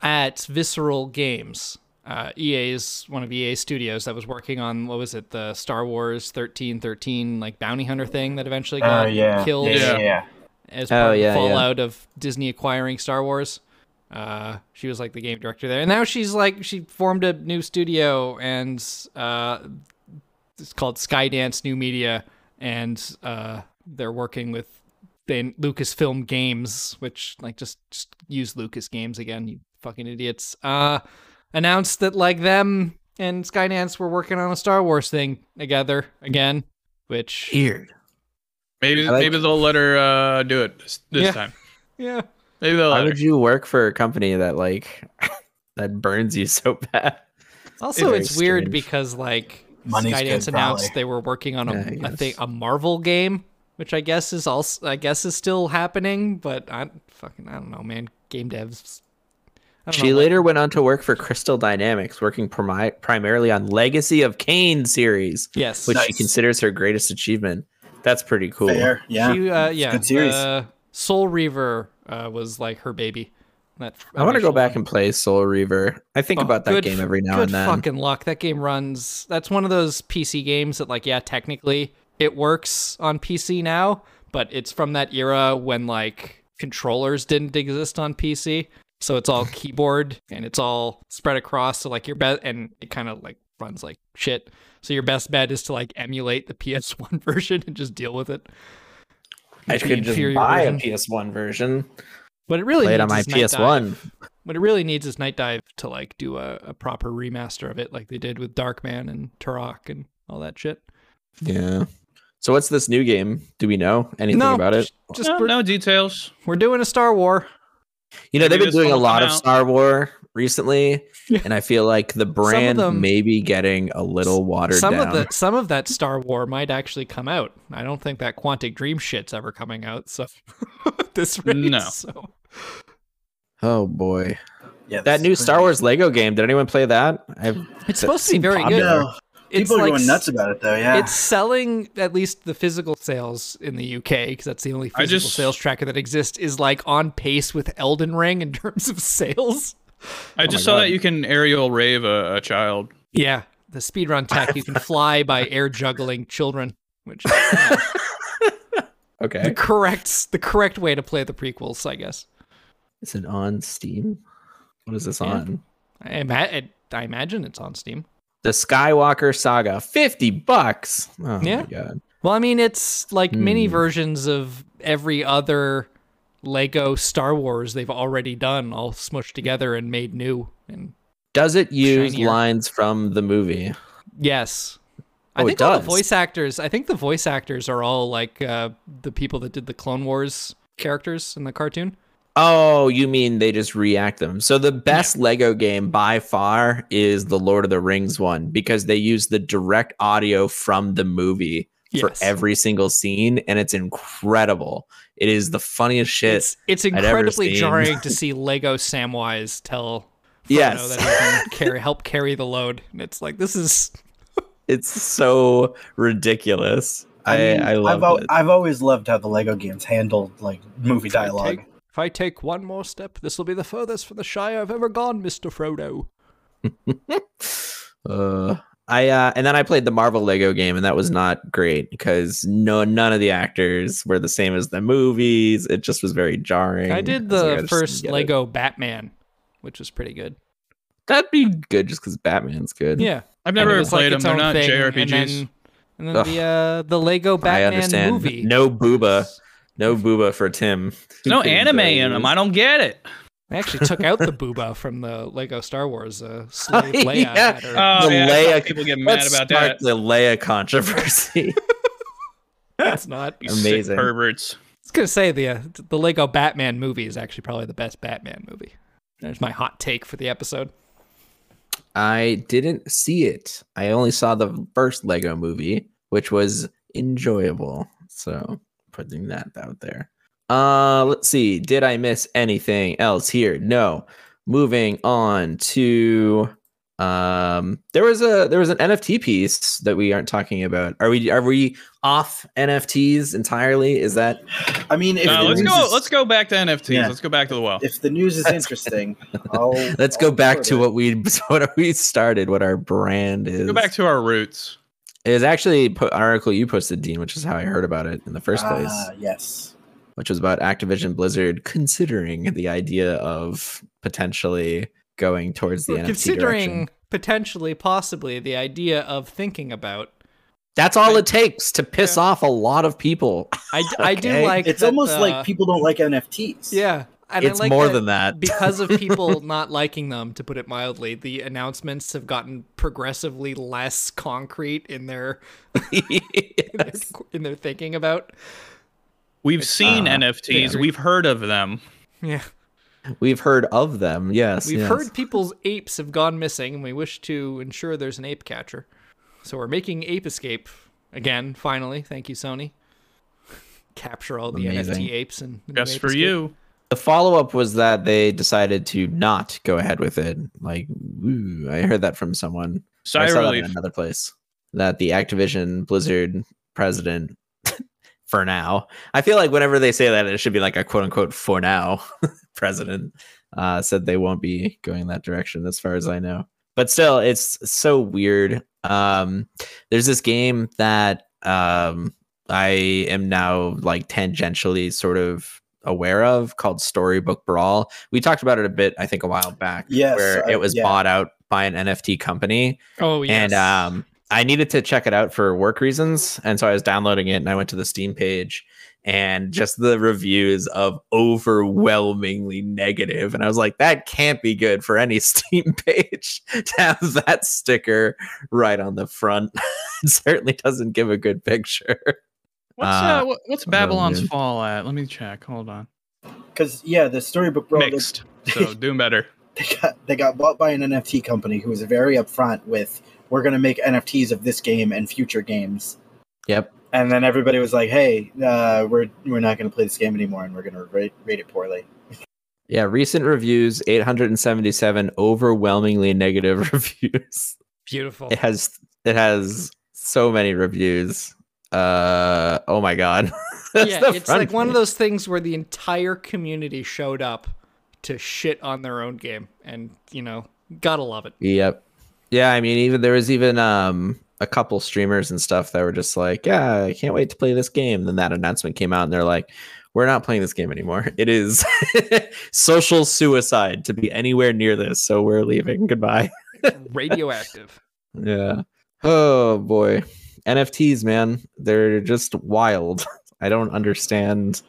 at Visceral Games, uh, EA's one of EA's studios that was working on what was it, the Star Wars thirteen thirteen like bounty hunter thing that eventually
Oh
got
yeah.
killed
Yeah, yeah, yeah.
as
Oh,
part of
yeah, yeah.
the fallout of Disney acquiring Star Wars. Uh, she was like the game director there, and now she's like she formed a new studio, and uh, it's called Skydance New Media, and uh, they're working with then Lucasfilm Games, which like just just use Lucas Games again, you fucking idiots. Uh, announced that like them and
E
Skydance were working on a Star Wars thing together again, which
Weird.
Maybe
I like-
maybe they'll let her uh, do it this, this
Yeah.
time.
Yeah.
Maybe they'll
Why
let her.
would you work for a company that like that burns you so bad?
Also,
Very
it's weird
strange.
because like
Money's
Skydance
good,
announced
probably.
they were working on a,
Yeah, I
a thing,
guess.
a Marvel game, which I guess is also I guess is still happening. But I fucking I don't know, man. Game devs. I don't
She
know, like-
later went on to work for Crystal Dynamics, working primi- primarily on Legacy of Kane series,
yes,
which she
Nice.
considers her greatest achievement. That's pretty cool.
Fair. Yeah.
she, uh, yeah,
good series.
uh, Soul Reaver uh, was like her baby. That
I want to go
initial
back
one.
and play Soul Reaver. I think
Oh,
about that
good
game
f-
every now
good
and then.
fucking luck. That game runs. That's one of those PC games that, like, yeah, technically it works on PC now, but it's from that era when like controllers didn't exist on PC, so it's all keyboard and it's all spread across. So like your best, and it kind of like runs like shit. So your best bet is to like emulate the PS1 version and just deal with it.
I
The
could
inferior
just buy
version.
a PS1 version,
What it really
play it
needs
on my
is Night Dive.
PS1.
What it really needs is Night Dive to like do a, a proper remaster of it, like they did with Darkman and Turok and all that shit.
Yeah. So what's this new game? Do we know anything
no,
about it?
j- Just
no,
we're,
no details.
we're doing a Star War.
You know,
Maybe
they've been
this
doing a
one'll
lot
come
of
out.
Star War recently,
Yeah.
and I feel like the brand
them-
may be getting a little watered
Some
down.
of the some of that Star War might actually come out. I don't think that Quantic Dream shit's ever coming out. So at this rate,
No.
So.
oh boy,
yeah
that
this
new
is
Star
crazy.
Wars Lego game. Did anyone play that? I've
It's supposed to be very
popular.
good.
No,
it's
people are
like
going
s-
nuts about it though. Yeah.
It's selling at least the physical sales in the UK because that's the only
I
physical
just-
sales tracker that exists is like on pace with Elden Ring in terms of sales.
I just saw
Oh God.
that you can aerial rave a, a child.
Yeah, the speedrun tech you can fly by air juggling children, which is you know, the
Okay,
correct the correct way to play the prequels, I guess.
is it on Steam? What is this
Yeah.
on?
I, ima- I imagine it's on Steam.
The Skywalker Saga, fifty bucks. Oh
Yeah.
my god,
Well, I mean, it's like mini
Hmm.
versions of every other Lego Star Wars they've already done, all smushed together and made new. And
does it use
Shinier.
lines from the movie?
yes, I
Oh, it
think all the
does.
voice actors. I think the voice actors are all like uh, the people that did the Clone Wars characters in the cartoon.
Oh, you mean they just react them. So the best Lego game by far is the Lord of the Rings one because they use the direct audio from the movie for
Yes.
every single scene and it's incredible. It is the funniest shit.
It's it's
ever
incredibly
seen.
jarring to see Lego Samwise tell Frodo
Yes.
that he can carry help carry the load, and it's like this is
It's so ridiculous. I
mean,
I love
I've, al-
it.
I've always loved how the Lego games handled like movie dialogue.
Take, if I take one more step, this will be the furthest from the Shire I've ever gone, Mister Frodo.
Uh, I uh, and then I played the Marvel Lego game, and that was not great because no, none of the actors were the same as the movies. It just was very jarring.
I did
was like, I
the
just didn't
first
get it.
Lego Batman, which was pretty good.
That'd be good just because Batman's good.
Yeah,
I've
And it
never
was, like,
played
its
them. They're not
own thing,
JRPGs.
And then, and then
Ugh.
the uh, the Lego
I
Batman
understand.
movie.
No booba, no booba for Tim.
no
Stupid
anime in
guys.
them. I don't get it.
I actually took out the booba from the Lego Star Wars. Uh, slave
Yeah.
Leia had her-
Oh,
The
yeah, I
Leia-
saw people get mad
Let's
about
spark
that.
the Leia controversy.
That's not.
You sick
Amazing.
perverts.
I was gonna say the uh, the Lego Batman movie is actually probably the best Batman movie. There's my hot take for the episode.
I didn't see it. I only saw the first Lego movie, which was enjoyable. So putting that out there. Uh let's see. Did I miss anything else here? No. Moving on to um there was a there was an NFT piece that we aren't talking about. Are we are we off NFTs entirely? Is that
I mean, if
No,
the
let's
news
go.
is-
Let's go back to NFTs.
Yeah.
Let's go back to the well.
If the news is interesting, I'll,
let's
I'll
go back
report
to
it.
what we what we started, what our brand is.
Go back to our roots.
It was actually po- an article you posted, Dean, which is how I heard about it in the first
Ah,
place,
yes.
which was about Activision Blizzard considering the idea of potentially going towards the
We're
NFT
considering
direction.
potentially, possibly, the idea of thinking about.
That's all it takes to piss
Yeah.
off a lot of people.
I, d- I do
Okay.
like.
It's
that,
almost
uh,
like people don't like NFTs.
Yeah, and I
it's
like
more than that.
because of people not liking them, to put it mildly. The announcements have gotten progressively less concrete in their in their,
Yes.
in their thinking about.
We've seen
Uh,
NFTs.
yeah.
We've heard of them.
Yeah.
We've heard of them. Yes.
We've
yes.
heard people's apes have gone missing, and we wish to ensure there's an ape catcher. So we're making Ape Escape again, finally. Thank you, Sony. Capture all the
Amazing.
NFT apes and the new
Just
Ape
for
Escape.
you.
The follow up was that they decided to not go ahead with it. Like, ooh, I heard that from someone.
Sigh
I saw that in
relief.
another place that the Activision Blizzard president, for now, I feel like whenever they say that, it should be like a quote unquote for now president, uh, said they won't be going that direction as far as I know. But still, it's so weird. Um, there's this game that um, I am now like tangentially sort of aware of called Storybook Brawl. We talked about it a bit, I think, a while back,
Yes,
where
I-
it was
yeah.
bought out by an NFT company
Oh, yes.
and um i needed to check it out for work reasons and so i was downloading it and i went to the steam page and just the reviews of overwhelmingly negative and i was like that can't be good for any steam page to have that sticker right on the front it certainly doesn't give a good picture
What's
uh,
uh, what- what's Babylon's
man.
Fall at? Let me check. Hold on.
Because yeah, the storybook bro, they,
Mixed. So doing better.
they got they got bought by an NFT company who was very upfront with we're going to make NFTs of this game and future games.
yep
And then everybody was like, "Hey, uh, we're we're not going to play this game anymore, and we're going to rate, rate it poorly."
yeah recent reviews 877 overwhelmingly negative reviews
Beautiful.
it has it has so many reviews uh oh my god That's
yeah,
the
it's
front
like one of
page.
those things where the entire community showed up to shit on their own game, and you know, gotta love it.
yep yeah i mean even there was even um a couple streamers and stuff that were just like yeah i can't wait to play this game then that announcement came out and they're like we're not playing this game anymore it is social suicide to be anywhere near this so we're leaving goodbye
Radioactive.
yeah oh boy nfts man they're just wild i don't understand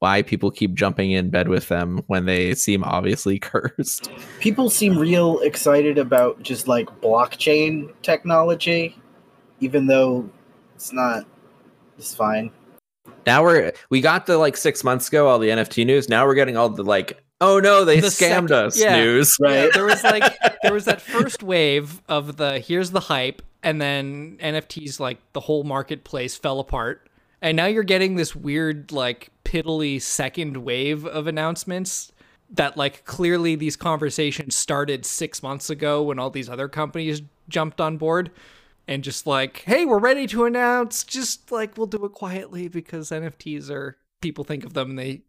why people keep jumping in bed with them when they seem obviously cursed
People seem real excited about just like blockchain technology, even though it's not. It's fine.
now we're we got the like six months ago all the nft news now we're getting all the like oh no they
The
scammed
sec-
us
yeah.
news
Right.
there was like there was that first wave of the here's the hype and then nfts like the whole marketplace fell apart and now you're getting this weird like piddly second wave of announcements that like clearly these conversations started six months ago when all these other companies jumped on board and just like hey we're ready to announce just like we'll do it quietly because nfts are people think of them and they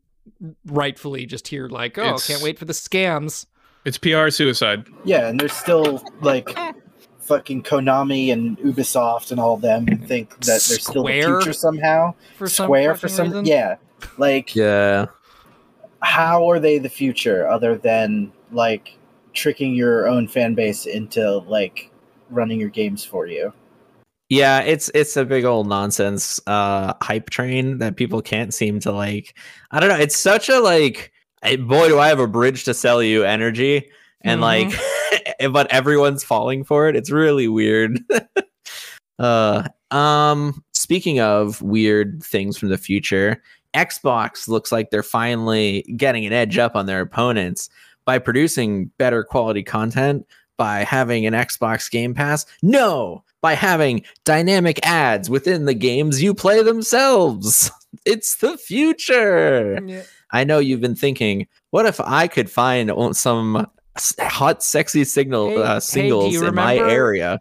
rightfully just hear like oh
It's-
can't wait for the scams
It's PR suicide.
Yeah, and there's still like fucking Konami and Ubisoft and all them think that they're still the
Square?
future somehow.
for some
Square for
fucking
some
reason.
yeah. Like
yeah
how are they the future other than like tricking your own fan base into like running your games for you?
yeah it's it's a big old nonsense uh hype train that people can't seem to like i don't know it's such a like eh, boy do i have a bridge to sell you energy and like but everyone's falling for it it's really weird uh um speaking of weird things from the future xbox looks like they're finally getting an edge up on their opponents by producing better quality content by having an xbox game pass no by having dynamic ads within the games you play themselves it's the future
Yeah.
I know you've been thinking, what if I could find o- some s- hot, sexy signal
Hey- hey,
uh,
do
singles
you
in my
remember-
area?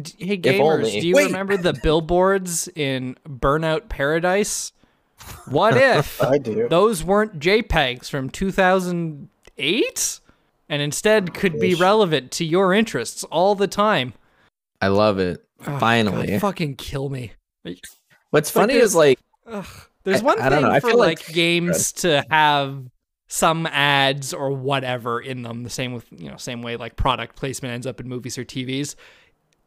D- Hey
If
gamers,
only.
do you
Wait.
remember the billboards in Burnout Paradise? What if
I do.
those weren't JPEGs from 2008 and instead could be
Ish.
relevant to your interests all the time?
I love it.
Ugh,
Finally.
God, fucking kill me.
What's
Like
funny
there's-
is like,
Ugh. There's
I-
one
I don't
thing
know, I
for
feel
like,
like-
games to have some ads or whatever in them. The same with you know, same way like product placement ends up in movies or TVs.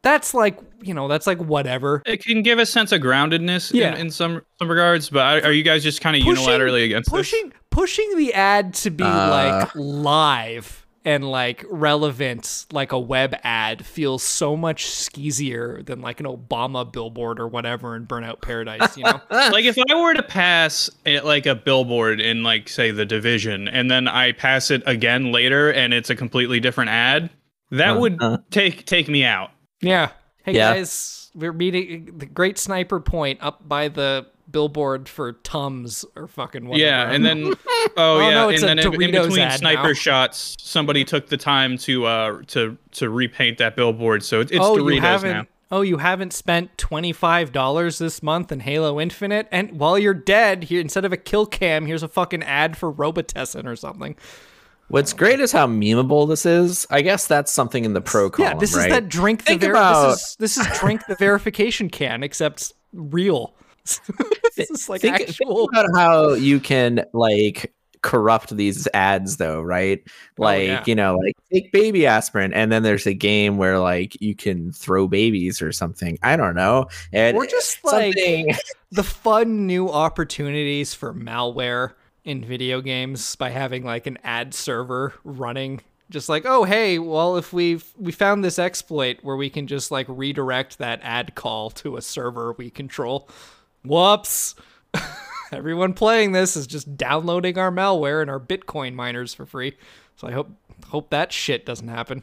That's like you know, that's like whatever.
It can give a sense of groundedness
Yeah.
in, in some some regards, but are you guys just kind of
Pushing-
unilaterally against this?
Uh.
Pushing pushing the ad to be like live and like relevant like a web ad feels so much skeezier than like an Obama billboard or whatever in Burnout Paradise, you know?
like if I were to pass it, like a billboard in like say the division, and then I pass it again later, and it's a completely different ad, that would
Uh-huh.
take take me out.
Yeah. Hey
Yeah.
guys, we're meeting the great sniper point up by the billboard for Tums or fucking whatever.
Yeah, and then oh, yeah,
no, it's
and
a
then in- in
Doritos
between
ad
sniper
now.
shots, somebody took the time to uh to to repaint that billboard, so it's, it's
oh, you
Doritos
haven't.
now.
Oh, you haven't spent twenty five dollars this month in Halo Infinite, and while you're dead, here instead of a kill cam, here's a fucking ad for Robitussin or something.
What's great is how memeable this is. I guess that's something in the pro column,
yeah, this
right?
is that drink the
Think
ver-
about-
this, is, this is drink the verification can, except real. this is like
think,
actual.
think about how you can like corrupt these ads though right like
Oh, yeah.
you know like take baby aspirin and then there's a game where like you can throw babies or something i don't know and
Or just, like-
something
the fun new opportunities for malware in video games by having like an ad server running just like oh hey well if we've we found this exploit where we can just like redirect that ad call to a server we control whoops everyone playing this is just downloading our malware and our bitcoin miners for free so i hope hope that shit doesn't happen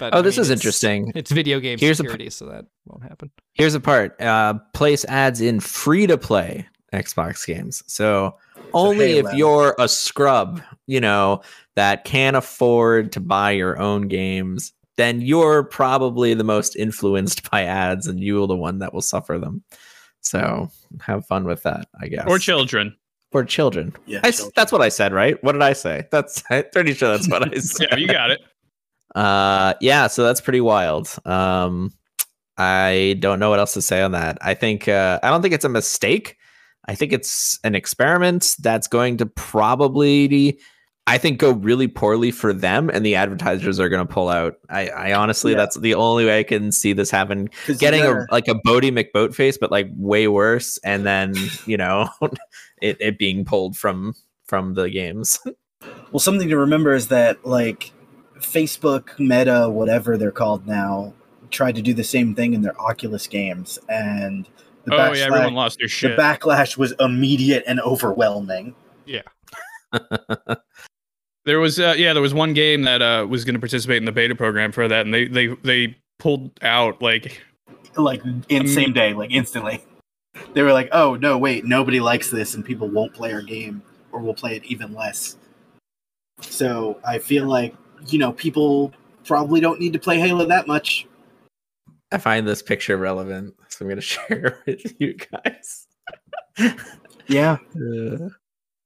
but
oh
I
this
mean,
is
it's-
interesting
it's video game
Here's the pr-
security so that won't happen
here's a part uh place ads in free to play xbox games so only if
Halo.
you're a scrub you know that can't afford to buy your own games then you're probably the most influenced by ads and you're the one that will suffer them so have fun with that i guess
Or children.
or children
Yeah,
I s- that's what i said right what did i say that's i'm pretty sure that's what i said
Yeah, you got it.
uh yeah so that's pretty wild um i don't know what else to say on that i think uh i don't think it's a mistake i think it's an experiment that's going to probably i think go really poorly for them and the advertisers are going to pull out i i honestly
Yeah.
that's the only way i can see this happen
'Cause you
getting
gotta-
a like a bodie mcboat face but like way worse and then you know it, it being pulled from from the games
Well, something to remember is that like Facebook, Meta, whatever they're called now, tried to do the same thing in their Oculus games, and the,
Oh yeah,
backslash-
everyone lost their
the
shit.
backlash was immediate and overwhelming.
There was uh, yeah, there was one game that uh, was going to participate in the beta program for that, and they they they pulled out like
Like in
Mm.
same day, like instantly, they were like, "Oh no, wait, nobody likes this, and people won't play our game, or will play it even less." So I feel like you know people probably don't need to play Halo that much.
I find this picture relevant, so I'm going to share it with you guys.
Yeah,
uh,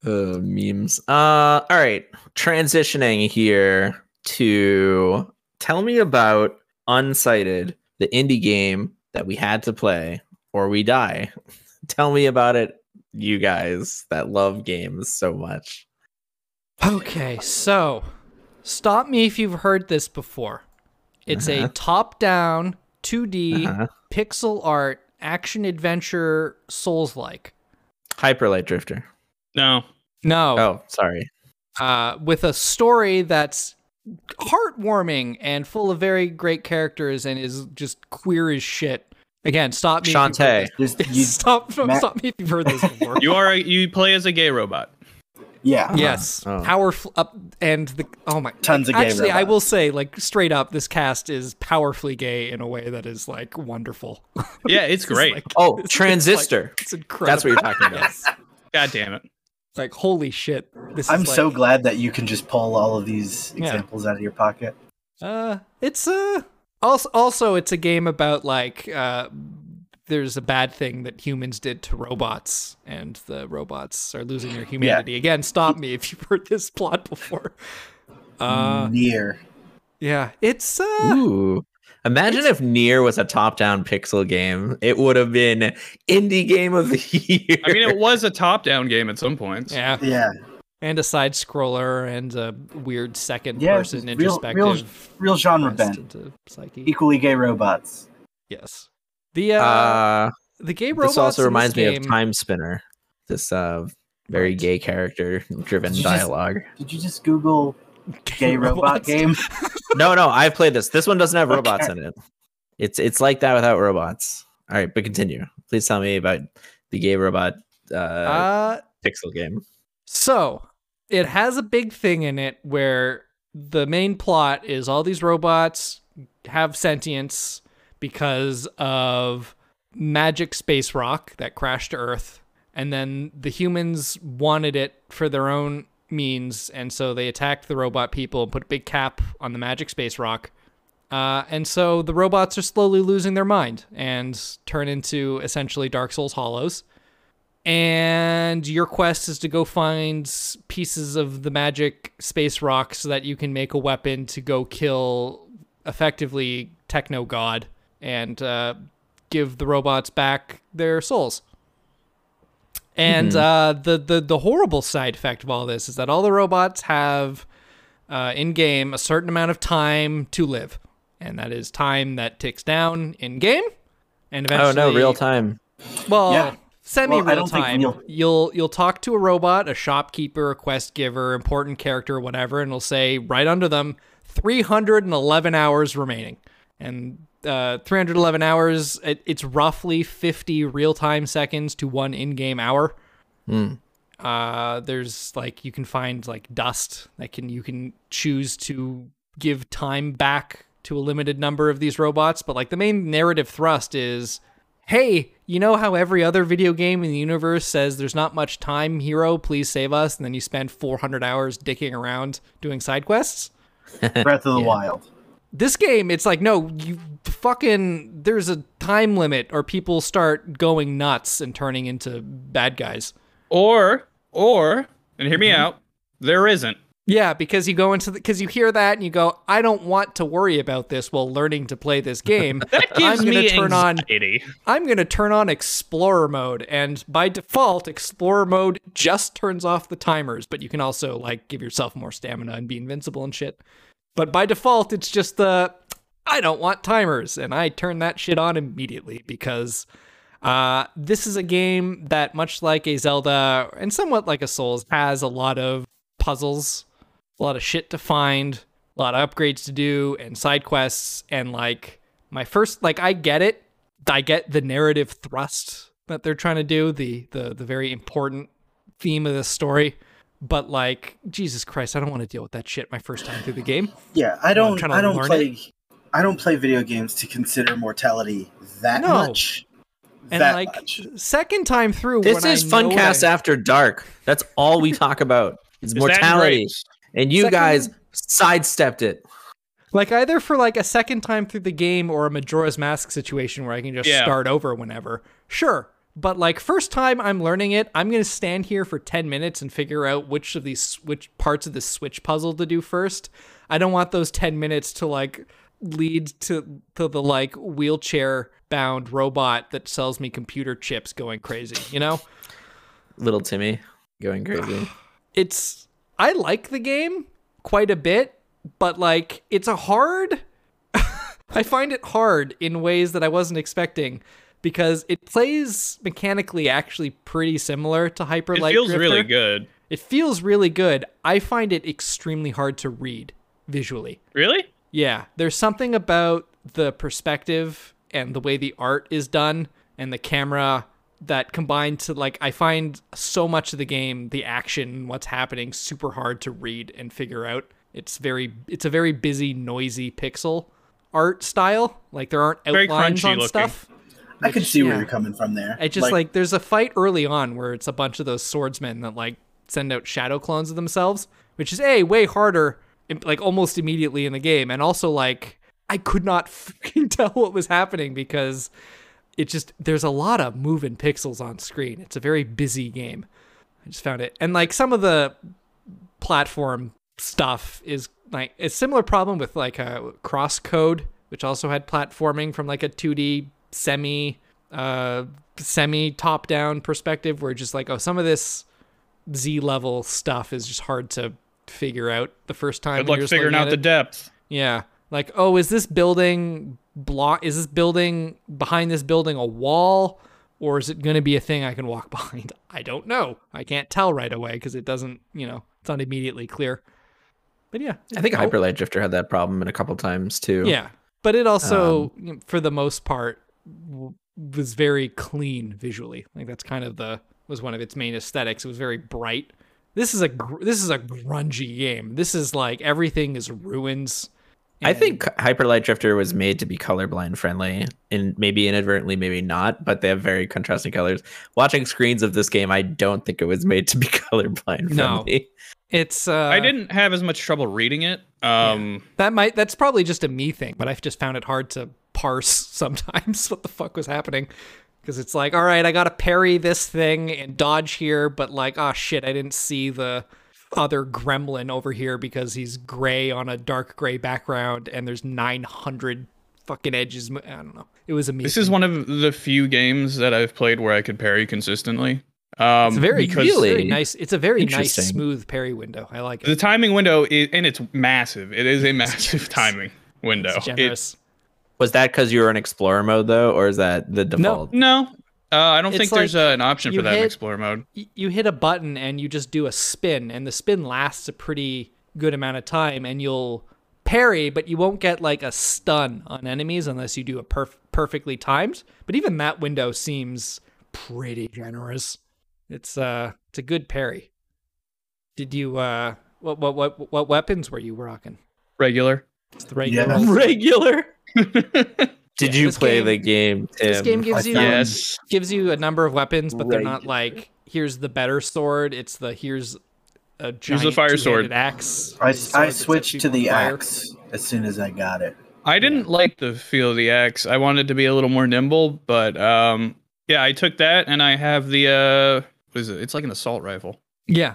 uh, memes. Uh, all right. Transitioning here to tell me about Unsighted, the indie game that we had to play or we die. tell me about it, you guys that love games so much.
Okay, so stop me if you've heard this before. It's a top down 2D
Uh-huh.
pixel art action adventure Souls like.
Hyperlight Drifter.
no.
No,
Oh, sorry.
uh, with a story that's heartwarming and full of very great characters and is just queer as shit. Again, stop me. If you've
Shantae.
heard
just
this.
you,
stop,
Matt-
stop me if you've heard this before.
You are a, you play as a gay robot.
yeah,
Yes,
Oh.
powerful up and the oh my
Tons of gay
Actually, I
robots.
will say like straight up, this cast is powerfully gay in a way that is like wonderful.
Yeah, it's
This is,
great.
like-
Oh,
this is, like,
Transistor.
It's
That's what
incredible.
you're talking about.
God damn it.
Like holy shit! This
I'm
is like,
so glad that you can just pull all of these
Yeah.
examples out of your pocket.
Uh, it's uh also also it's a game about like uh there's a bad thing that humans did to robots and the robots are losing their humanity again. Stop me if you've heard this plot before. Uh,
Near.
yeah, it's uh.
Ooh. Imagine if Near was a top-down pixel game. It would have been indie game of the year.
I mean, it was a top-down game at some points.
Yeah,
Yeah,
and a side scroller and a weird second
Yeah,
person
real- real
introspective
real genre
quest
bent.
into psyche.
Equally gay robots.
Yes, the uh,
uh,
the gay robots.
this also
in
reminds me
game-
of Time Spinner. This uh, very
Right.
gay character-driven
Did you just-
dialogue.
Did you just Google gay robot
robots.
game.
No, no, I've played this. This one doesn't have robots in it. It's it's like that without robots. All right, but continue. Please tell me about the gay robot uh,
Uh,
pixel game.
So it has a big thing in it where the main plot is all these robots have sentience because of magic space rock that crashed to Earth, and then the humans wanted it for their own means, and so they attacked the robot people and put a big cap on the magic space rock. Uh, and so the robots are slowly losing their mind and turn into essentially Dark Souls Hollows and your quest is to go find s- pieces of the magic space rock so that you can make a weapon to go kill effectively techno god and uh, give the robots back their souls and
Mm-hmm.
uh, the, the the horrible side effect of all this is that all the robots have uh, in game a certain amount of time to live and that is time that ticks down in game and eventually
Oh no, real time.
well,
Yeah.
semi
Well, I
real
don't think
time.
real-
You'll you'll talk to a robot, a shopkeeper, a quest giver, important character, whatever, and it'll say right under them, 311 hours remaining. And uh, 311 hours, it, it's roughly 50 real time seconds to one in game hour.
Hmm.
Uh, there's like you can find like dust that can you can choose to give time back to a limited number of these robots, but like the main narrative thrust is, hey, you know how every other video game in the universe says there's not much time, hero, please save us, and then you spend 400 hours dicking around doing side quests.
Breath of the Wild.
This game, it's like no, you fucking there's a time limit or people start going nuts and turning into bad guys.
Or, or, and hear me
Mm-hmm.
out, there isn't.
Yeah, because you go into the because you hear that and you go, I don't want to worry about this while learning to play this game.
That gives
I'm gonna
me
turn on
anxiety.
I'm gonna turn on explorer mode, and by default, explorer mode just turns off the timers, but you can also like give yourself more stamina and be invincible and shit. But by default, it's just the I don't want timers, and I turn that shit on immediately because uh, this is a game that, much like a Zelda and somewhat like a Souls, has a lot of puzzles, a lot of shit to find, a lot of upgrades to do, and side quests. And like my first, like I get it, I get the narrative thrust that they're trying to do, the the the very important theme of this story. But like Jesus Christ, I don't want to deal with that shit my first time through the game.
Yeah, I
Well, I'm
don't.
trying to
I don't
learn
play. I don't play video games to consider mortality that
No.
much.
And
that
like
much.
second time through,
This
when I
is
know what
Funcast
I-
After Dark. That's all we talk about. It's
Is that
mortality,
great?
and you
Second-
guys sidestepped it.
Like either for like a second time through the game or a Majora's Mask situation where I can just
Yeah.
start over whenever. Sure. But like first time I'm learning it, I'm gonna stand here for ten minutes and figure out which of these which parts of the switch puzzle to do first. I don't want those ten minutes to like lead to to the like wheelchair bound robot that sells me computer chips going crazy, you know?
Little Timmy going crazy.
it's I like the game quite a bit, but like it's a hard I find it hard in ways that I wasn't expecting because it plays mechanically actually pretty similar to Hyper
It
Light
feels
Drifter.
really good.
It feels really good. I find it extremely hard to read visually.
Really?
Yeah, there's something about the perspective and the way the art is done and the camera that combined to like I find so much of the game, the action, what's happening super hard to read and figure out. It's very it's a very busy, noisy pixel art style. Like there aren't
Very
outlines
crunchy
on
looking.
stuff.
I can see where
yeah.
you're coming from there.
It just like, there's a fight early on where it's a bunch of those swordsmen that like send out shadow clones of themselves, which is a way harder, im- like almost immediately in the game, and also like I could not fucking tell what was happening because it just there's a lot of moving pixels on screen. It's a very busy game. I just found it, and like some of the platform stuff is like a similar problem with like a cross code which also had platforming from like a 2d semi uh semi top down perspective where just like oh some of this z level stuff is just hard to figure out the first time
Good
when
luck
you're just
figuring
looking at
out the
it.
depth.
Yeah. Like, oh, is this building block? Is this building behind this building a wall, or is it going to be a thing I can walk behind? I don't know. I can't tell right away because it doesn't, you know, it's not immediately clear. But yeah,
I think
oh,
Hyperlight Drifter had that problem in a couple times too.
Yeah, but it also, you know, for the most part, w- was very clean visually. Like that's kind of the was one of its main aesthetics. It was very bright. This is a gr- this is a grungy game. This is like everything is ruins.
I
and-
think Hyperlight Drifter was made to be colorblind friendly, and maybe inadvertently, maybe not. But they have very contrasting colors. Watching screens of this game, I don't think it was made to be colorblind
Mm. No.
friendly.
it's. Uh,
I didn't have as much trouble reading it. Um,
That might that's probably just a me thing, but I've just found it hard to parse sometimes what the fuck was happening. Because it's like, all right, I gotta parry this thing and dodge here, but like, ah shit, I didn't see the other gremlin over here because he's gray on a dark gray background and there's 900 fucking edges. mo- I don't know. It was a me.
This
thing.
is one of the few games that I've played where I could parry consistently. Um,
it's very,
because
it's very
Really?
nice. It's a very nice,
Interesting.
smooth parry window. I like
the
it.
timing window is, and it's massive. It is a massive timing window.
It's
It-
generous.
Was that because you were in Explorer mode though, or is that the default?
no, uh, I don't
It's
think there's
like
uh, an option
you
for that in
hit-
Explorer mode.
y- you hit a button and you just do a spin and the spin lasts a pretty good amount of time and you'll parry but you won't get like a stun on enemies unless you do a perf- perfectly timed but even that window seems pretty generous it's uh it's a good parry did you uh what what what what weapons were you rocking
Regular.
Just the regular
Yeah.
old-
Regular. Did
Yeah,
you
this
play
game-
the game? Tim?
this game gives
I
you
found-
yes.
gives you a number of weapons, but they're not
Right.
like here's the better sword. It's the here's a giant
fire
two-handed
sword.
axe.
I,
Sword
I
that sets
switched to
people on
the
fire.
axe as soon as I got it.
I didn't like the feel of the axe. I wanted to be a little more nimble, but um, yeah, I took that and I have the uh, what is it? It's like an assault rifle.
Yeah,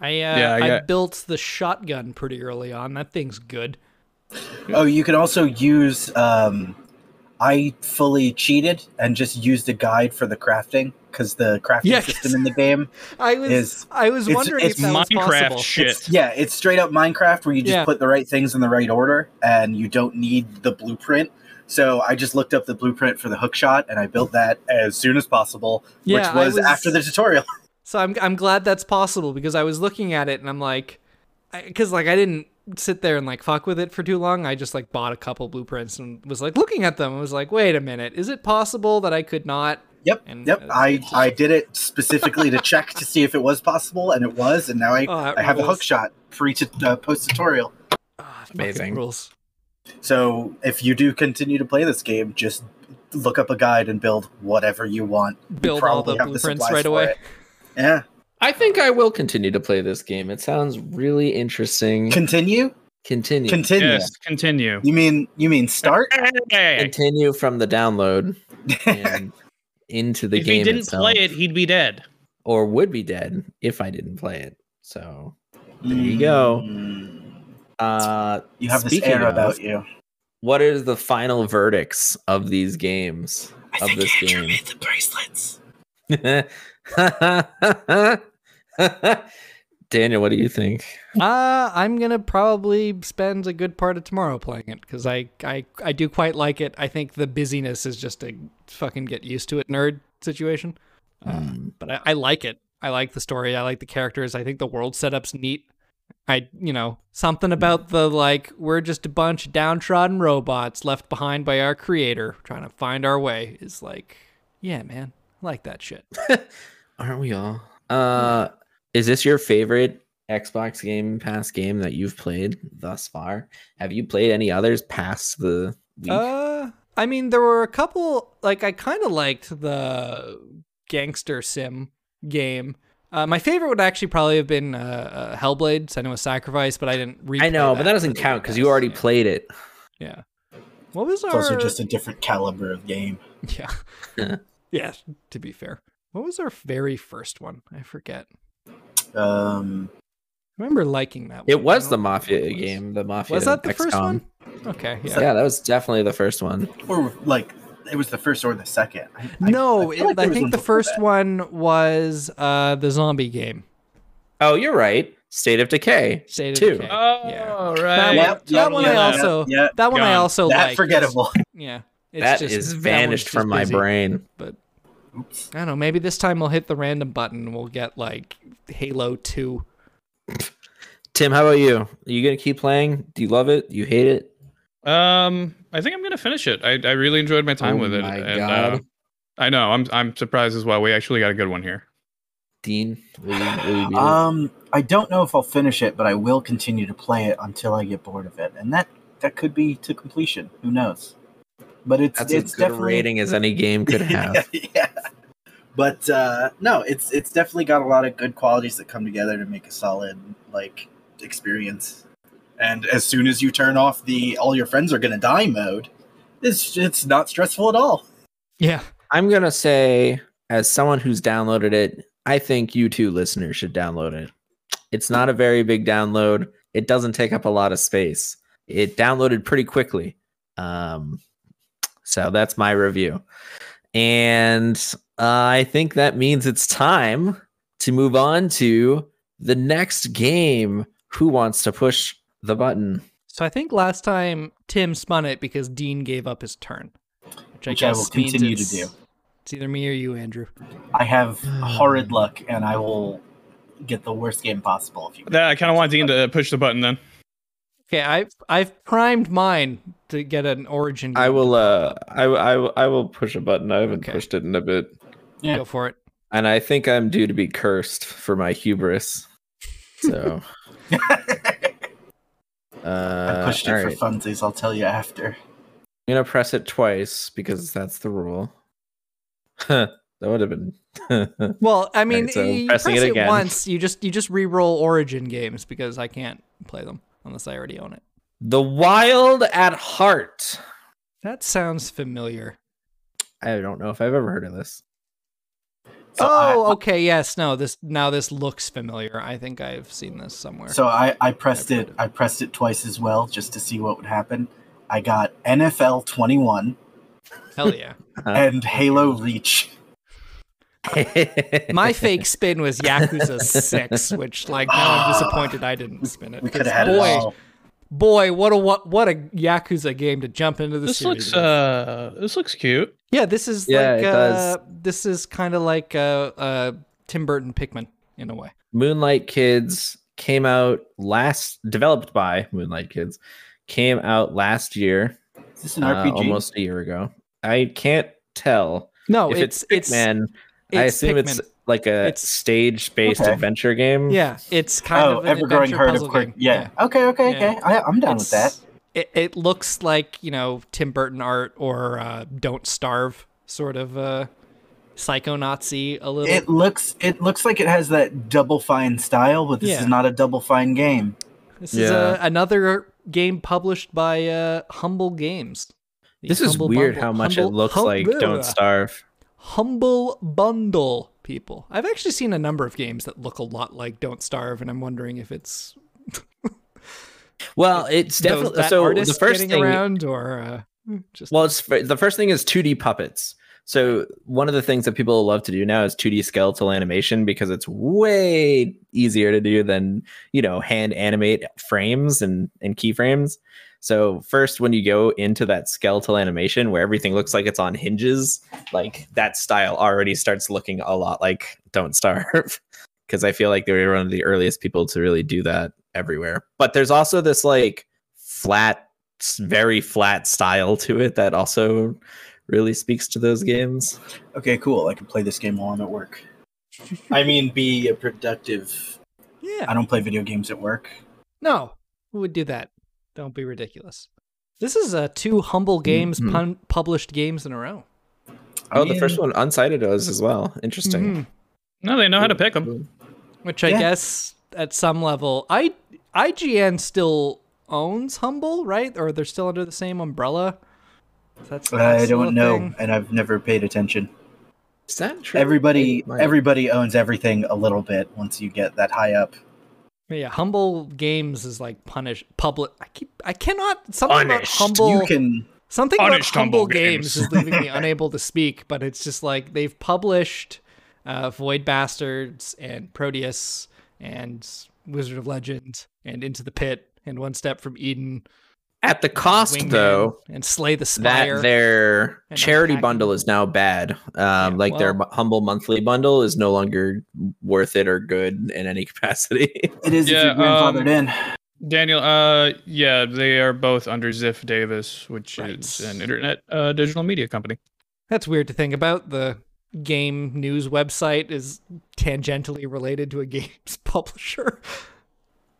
I uh,
Yeah, I
I,
got-
built the shotgun pretty early on. That thing's good.
Oh, you can also use. Um, I fully cheated and just used a guide for the crafting because the crafting
Yeah, 'cause-
system in the game.
I was
Is-
I was
it's-
wondering
it's
if that was
Minecraft
possible.
shit.
Yeah, it's straight up Minecraft where you just
Yeah.
put the right things in the right order and you don't need the blueprint. So I just looked up the blueprint for the hook shot and I built that as soon as possible,
Yeah,
which
I
was,
was-
after the tutorial.
So I'm I'm glad that's possible because I was looking at it and I'm like, because like I didn't sit there and like fuck with it for too long. I just like bought a couple blueprints and was like looking at them. I was like, wait a minute, is it possible that I could not?
Yep,
And
yep.
that's-
I, I did it specifically to check to see if it was possible, and it was. And now I,
Oh, that
I have a
rules.
hook shot pre to uh, post tutorial.
Ah, fucking
Amazing.
rules.
So if you do continue to play this game, just look up a guide and build whatever you want. You
Build all the
probably have
blueprints
supplies
right
for
away.
it. Yeah,
I think I will continue to play this game. It sounds really interesting.
continue,
continue.
continue.
Yes. Continue.
You mean you mean start?
Hey!
continue from the download and into the
if
game
he didn't
itself,
play it, he'd be dead.
or would be dead if I didn't play it. So you go.
Mm.
uh
You have this
Speaking
air
of-
about you.
what is the final verdicts of these games? Of this game.
the bracelets.
Daniel, what do you think?
Uh, I'm gonna probably spend a good part of tomorrow playing it because I, I I do quite like it. I think the busyness is just a fucking get used to it nerd situation. Uh,
Mm.
but I, I like it. I like the story. I like the characters. I think the world setup's neat. I you know something about the like we're just a bunch of downtrodden robots left behind by our creator trying to find our way is like yeah man I like that shit.
Aren't we all? Uh is this your favorite Xbox Game Pass game that you've played thus far? Have you played any others past the week?
Uh, I mean, there were a couple. Like, I kind of liked the gangster sim game. Uh, my favorite would actually probably have been uh, uh, Hellblade. I know a sacrifice, but I didn't. Replay
I know, but that
for
doesn't
the
count
Game
because
Pass.
you already
Yeah.
played it.
Yeah. What was
It's
our?
also just a different caliber of game.
yeah. yeah. To be fair, what was our very first one? I forget. I
Um,
remember liking that. one.
It was
I
the
don't remember
Mafia
what it was.
game, the Mafia.
Was that the first
XCOM.
one? Okay. Yeah.
Yeah. that was definitely the first one.
or like it was the first or the second. I- I-
No,
I
I,
feel like there
I
was one
think the
before
first
that.
one was uh, the zombie game.
Oh, you're right. State of Decay.
State of
Two.
Decay.
Oh,
yeah.
right.
That one, that one I
yeah,
also
yeah, yeah.
that one I
Gone.
also
that
like.
forgettable.
It's- yeah, it's
That is
just- that one's
vanished
just
from my
busy,
brain.
But
Oops.
I don't know. Maybe this time we'll hit the random button and we'll get like Halo Two.
Tim, how about you? Are you gonna keep playing? Do you love it? Do you hate it?
Um, I think I'm gonna finish it. I, I really enjoyed my time
Oh
with it.
my
and,
God.
uh, I know. I'm I'm surprised as well. We actually got a good one here.
Dean, will you, will you be-
Um, I don't know if I'll finish it, but I will continue to play it until I get bored of it, and that that could be to completion. Who knows? But it's
that's
it's
as good a
definitely
rating as any game could have.
yeah. But uh, no, it's it's definitely got a lot of good qualities that come together to make a solid like experience. And as soon as you turn off the all your friends are gonna die mode, it's it's not stressful at all.
Yeah.
I'm gonna say, as someone who's downloaded it, I think you two listeners should download it. It's not a very big download. It doesn't take up a lot of space. It downloaded pretty quickly. Um, so that's my review, and uh, I think that means it's time to move on to the next game. Who wants to push the button?
So I think last time Tim spun it because Dean gave up his turn,
Which I will
guess means
continue to
it's-
do.
It's either me or you, Andrew.
I have
Hmm.
horrid luck and I will get the worst game possible if you
Uh,
That I kind of want Dean to uh, push the button then.
Okay, I've I've primed mine to get an origin.
I
game.
will. Uh, I, w- I w- I will push a button. I haven't
Okay.
pushed it in a bit,
go for it.
and I think I'm due to be cursed for my hubris. So
I
Uh,
pushed it
all
for
right.
funsies, I'll tell you after.
I'm gonna press it twice because that's the rule. that would have been.
Well, I mean,
so
you press
pressing it
it,
again.
once, you just you just re-roll origin games because I can't play them unless I already own it.
The Wild at Heart.
That sounds familiar.
I don't know if I've ever heard of this.
So I-
oh, okay, yes, no, this now this looks familiar. I think I've seen this somewhere.
So I, I pressed
I've
it.
heard of
I pressed it twice as well, just to see what would happen. I got NFL 21
Hell yeah.
Uh,
and Halo Reach.
My fake spin was Yakuza 6, which like now I'm disappointed I didn't spin it.
We could
'cause
have had it
boy,
all.
boy, what a what, what a Yakuza game to jump into the
This
series.
looks
with.
uh this looks cute.
Yeah, this is
Yeah,
like
it
uh,
does.
this is kind of like uh, uh, Tim Burton Pikmin in a way.
Moonlight Kids came out last, developed by Moonlight Kids, came out last year,
Is this an
uh,
RPG?
almost a year ago. I can't tell
Oh,
No,
if
it's
it's
it's,
Pikmin. I
it's
assume it's
Pikmin.
like a
It's-
stage-based
Okay.
adventure game.
yeah, it's kind
oh,
of an
ever growing
adventure
herd of
puzzle
quirk.
game.
Yeah. Okay. Okay.
Yeah.
Okay. I, I'm down with that.
It's- It, it looks like you know Tim Burton art or uh, Don't Starve sort of uh, psychonazi a little.
It looks. It looks like it has that double fine style, but this
Yeah.
is not a double fine game.
this is uh, another game published by uh, Humble Games. The
This is
Humble
weird
Bundle-
how much it
Humble-
looks like
Humble-
Don't Starve.
Humble Bundle people. I've actually seen a number of games that look a lot like Don't Starve, and I'm wondering if it's
Well, it's
those-
definitely
that
so. The
artist
first
getting
thing,
around or uh, just
well, it's the first thing is 2D puppets. So one of the things that people love to do now is 2D skeletal animation because it's way easier to do than you know hand animate frames and and keyframes. So first, when you go into that skeletal animation where everything looks like it's on hinges, like that style already starts looking a lot like Don't Starve, because I feel like they were one of the earliest people to really do that everywhere. But there's also this like flat, s- very flat style to it that also really speaks to those games.
Okay. Cool. I can play this game while I'm at work. I mean, be a productive. I
yeah.
don't play video games at work.
No, who would do that? Don't be ridiculous. This is uh, two
Mm-hmm.
Humble Games
Mhm.
pun- published games in a row.
Oh, the first one, Unsighted, was as well. Interesting.
Mhm.
No, they Mm-hmm. know how to pick them.
Which I
Yeah.
guess at some level, I IGN still owns Humble, right? Or they're still under the same umbrella. That's
I
still a
don't know,
thing.
and I've never paid attention.
Is that true?
Everybody,
It might-
everybody owns everything a little bit once you get that high up.
Yeah, Humble Games is like punish public. I keep I cannot something
Punished. You
about Humble.
You can
Something
Punished
about Humble
Humble
Games
Games.
is leaving me unable to speak, but it's just like they've published uh, Void Bastards and Proteus and Wizard of Legend and Into the Pit and One Step from Eden
At the cost,
Wingman
though,
and slay the
that
spire.
their
and
charity
unpacking.
bundle is now bad. Um, like their
well-
mu- humble monthly bundle is no longer worth it or good in any capacity.
It is
Yeah,
if you're grandfathered
um,
in.
Daniel, uh, yeah, they are both under Ziff Davis, which
Right.
is an internet uh, digital media company.
That's weird to think about. The game news website is tangentially related to a game's publisher.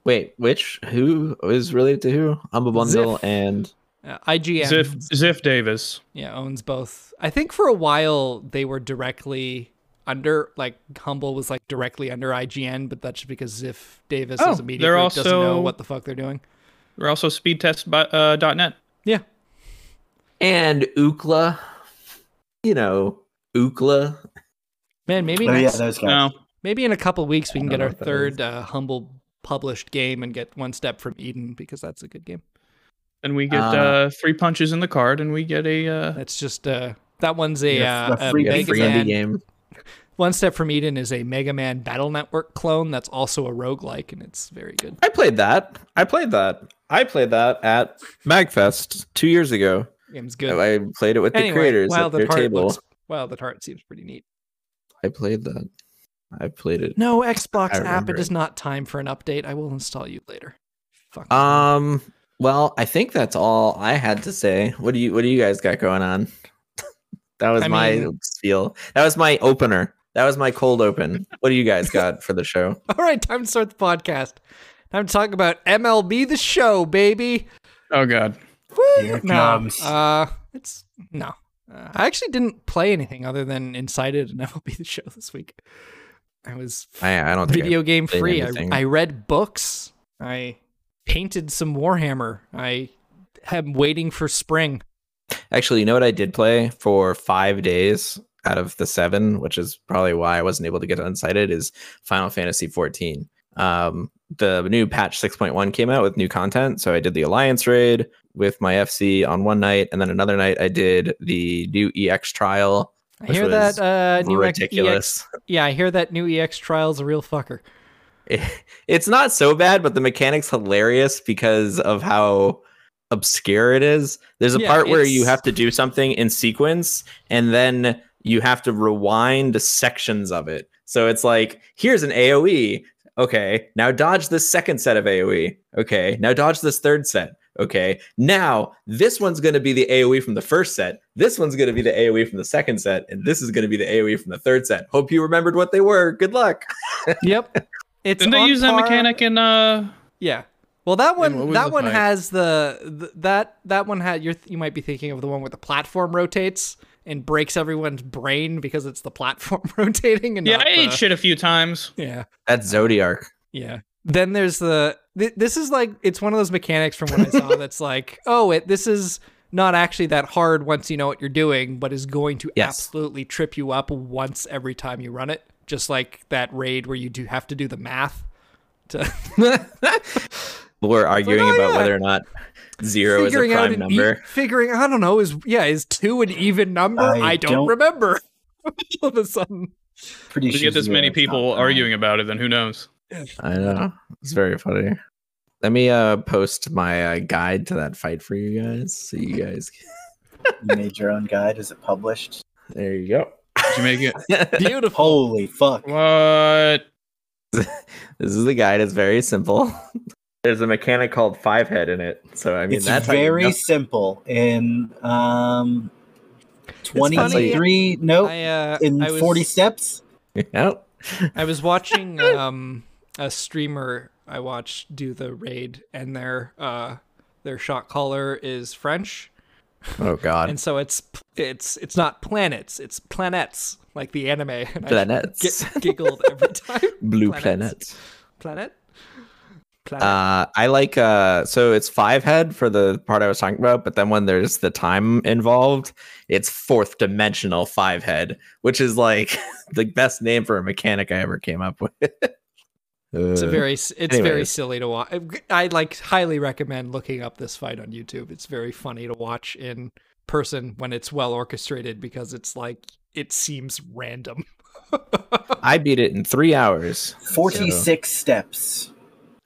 Wait, which who is related to who? Humble bundle
Ziff.
and
Uh, IGN
Ziff Ziff Davis.
yeah owns both. I think for a while they were directly under like Humble was like directly under IGN, but that's just because Ziff Davis as
Oh,
a media
they're
group doesn't know
also-
what the fuck they're doing.
We're also speed test by, uh, dot .net.
Yeah,
and Ookla. You know, Ookla.
man. Maybe
Oh yeah,
next,
those guys.
No,
maybe in a couple weeks we can get
know
our
what that
third uh, Humble published game and get one step from Eden because that's a good game.
and we get uh,
Uh,
three punches in the card, and we get a uh,
That's just uh, that one's a,
Yeah,
uh,
the
a
free-
We got a
Mega
free indie
Man.
game.
One Step from Eden is a Mega Man Battle Network clone that's also a roguelike, and it's very good.
I played that. I played that. I played that at Magfest two years ago.
game's good.
I played it with
anyway,
the creators at
Wild
their
at Heart
table.
looks- Wild at Heart seems pretty neat.
I played that. I played it.
No Xbox
I
app.
remember
It
it.
is not time for an update. I will install you later. Fuck.
Um. Well, I think that's all I had to say. What do you What do you guys got going on? that was
I
my
mean-
spiel. That was my opener. That was my cold open. What do you guys got for the show?
All right, time to start the podcast. Time to talk about MLB the Show, baby.
oh god,
Woo!
Here it
no,
comes.
uh, it's no. Uh, I actually didn't play anything other than Incited and MLB the Show this week. I was
I, I don't think I-
video game
played
free. I,
anything.
I read books. I painted some Warhammer. I am waiting for spring.
Actually, you know what I did play for five days out of the seven, which is probably why I wasn't able to get unsighted, is Final Fantasy 14. Um, the new patch 6.1 came out with new content. So I did the Alliance raid with my FC on one night, and then another night I did the new EX trial.
I
Which
hear
was
that uh, new ex- EX.
Ridiculous.
Yeah, I hear that new EX trial's a real fucker.
it's not so bad, but the mechanic's hilarious because of how obscure it is. There's a
Yeah,
part where you
it's-
have to do something in sequence and then you have to rewind to sections of it. So it's like, here's an AoE. Okay, now dodge this second set of AoE. Okay, now dodge this third set. Okay, now this one's going to be the AoE from the first set. This one's going to be the AoE from the second set. And this is going to be the AoE from the third set. Hope you remembered what they were. Good luck.
Yep. It's
didn't they
on
use that
par-
mechanic in uh?
Yeah. Well, that
what
one
was
that
the
one
fight?
has the, th- that that one had you you might be thinking of the one where the platform rotates and breaks everyone's brain because it's the platform rotating and
Yeah,
not
I ate
the-
shit a few times.
Yeah.
That's Zodiac.
Yeah. Then there's the th- this is like it's one of those mechanics from what I saw that's like, oh, it this is not actually that hard once you know what you're doing, but is going to
Yes.
absolutely trip you up once every time you run it. Just like that raid where you do have to do the math. To
We're arguing
"Oh,
about
yeah."
whether or not zero is a
figuring out
prime
an e-
number.
figuring I don't know is yeah is two an even number? I,
I
don't,
don't-
remember. All of a sudden,
Pretty
If you
sure
get this many
zero's not
people
prime.
arguing about it, then who knows?
I know. It's very funny. Let me uh post my uh, guide to that fight for you guys. So you guys can-
You made your own guide. Is it published?
there you go.
Did you make it?
Oh,
beautiful.
Holy fuck!
What?
This is the guide, it's very simple. There's a mechanic called five head in it. So I mean
it's
that's how you
very
know-
simple. In um,
funny,
twenty-three. Nope.
I, uh,
in
I was,
forty steps.
Yep.
I was watching um a streamer I watched do the raid and their uh their shot caller is French
Oh god.
and so it's it's it's not planets it's planets like the anime and I
Planets.
gi- giggled every time
Blue
planets.
planets.
planet planet
Uh, I like uh, so it's five head for the part I was talking about, but then when there's the time involved, it's fourth dimensional five head, which is like the best name for a mechanic I ever came up with.
it's a very s- it's very
anyways.
silly to watch I like highly recommend looking up this fight on YouTube it's very funny to watch in person when it's well orchestrated because it's like it seems random
I beat it in three hours.
Forty-six steps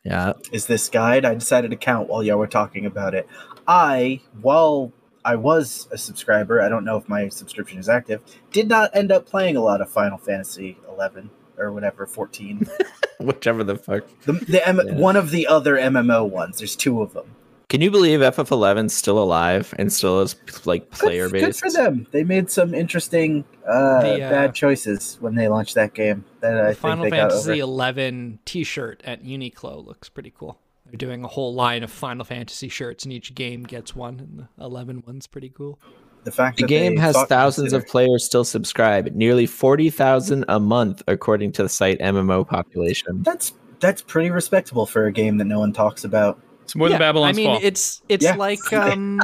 Yeah,
is this guide. I decided to count while y'all were talking about it. I, while I was a subscriber, I don't know if my subscription is active, did not end up playing a lot of Final Fantasy 11 or whatever 14.
Whichever the fuck.
the, the M-
Yeah.
one of the other MMO ones. There's two of them.
Can you believe FF11's still alive and still is like
Good-
player
good,
based?
for them. They made some interesting uh,
The, uh,
bad choices when they launched that game. That I
The
think
Final
they got
Fantasy
over.
eleven t shirt at Uniqlo looks pretty cool. They're doing a whole line of Final Fantasy shirts and each game gets one and the 11 one's pretty cool.
The fact
The
that
game
they
has
thought to
thousands of
consider-
players still subscribe, nearly 40,000 a month, according to the site MMO population.
That's that's pretty respectable for a game that no one talks about.
It's more
Yeah,
than Babylon's
I mean,
Fall.
it's it's
Yeah.
like um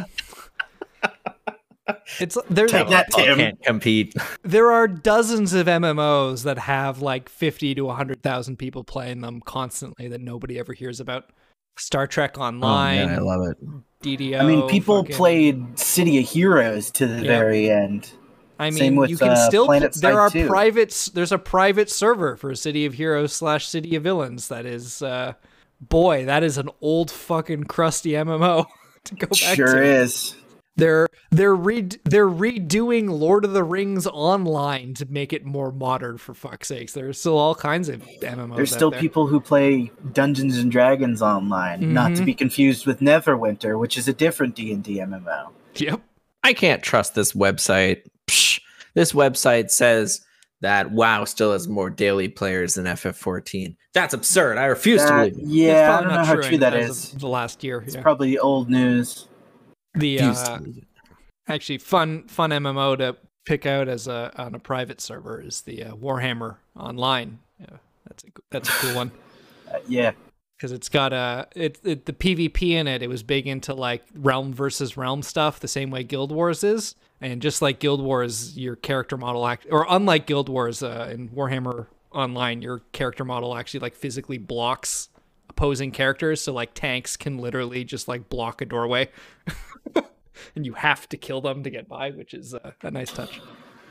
It's there's
Take that,
I
Tim.
can't compete.
there are dozens of MMOs that have like 50 to 100,000 people playing them constantly that nobody ever hears about. Star Trek
Oh,
Online,
I love it.
DDO.
I mean, people
fucking-
played City of Heroes to the
Yeah.
very end.
I mean,
same with,
you can
uh,
still.
Planet
there
Side
are
2.
private. s- There's a private server for City of Heroes slash City of Villains. That is, uh, boy, that is an old fucking crusty MMO to go back to.
Sure is.
They're they're re- they're redoing Lord of the Rings online to make it more modern. For fuck's sakes, there's still all kinds of MMOs.
There's
out
still
there.
people who play Dungeons and Dragons online, not to
Mhm.
be confused with Neverwinter, which is a different D&D MMO.
Yep.
I can't trust this website. Psh, this website says that WoW still has more daily players than FF14. That's absurd. I refuse to
That-
believe it.
It's
yeah, I
probably
don't know
not
how
I
true that
think that
is.
was The last year.
It's
yeah.
probably old news.
the
Refuse
uh,
to believe it.
actually fun fun MMO to pick out as a on a private server is the uh, Warhammer Online. Yeah, that's a that's a cool one
Uh, yeah,
because it's got a it, it the PvP in it. It was big into like realm versus realm stuff, the same way Guild Wars is. And just like Guild Wars, your character model act or unlike Guild Wars uh, in Warhammer Online, your character model actually like physically blocks opposing characters. So like tanks can literally just like block a doorway. And you have to kill them to get by, which is uh, a nice touch.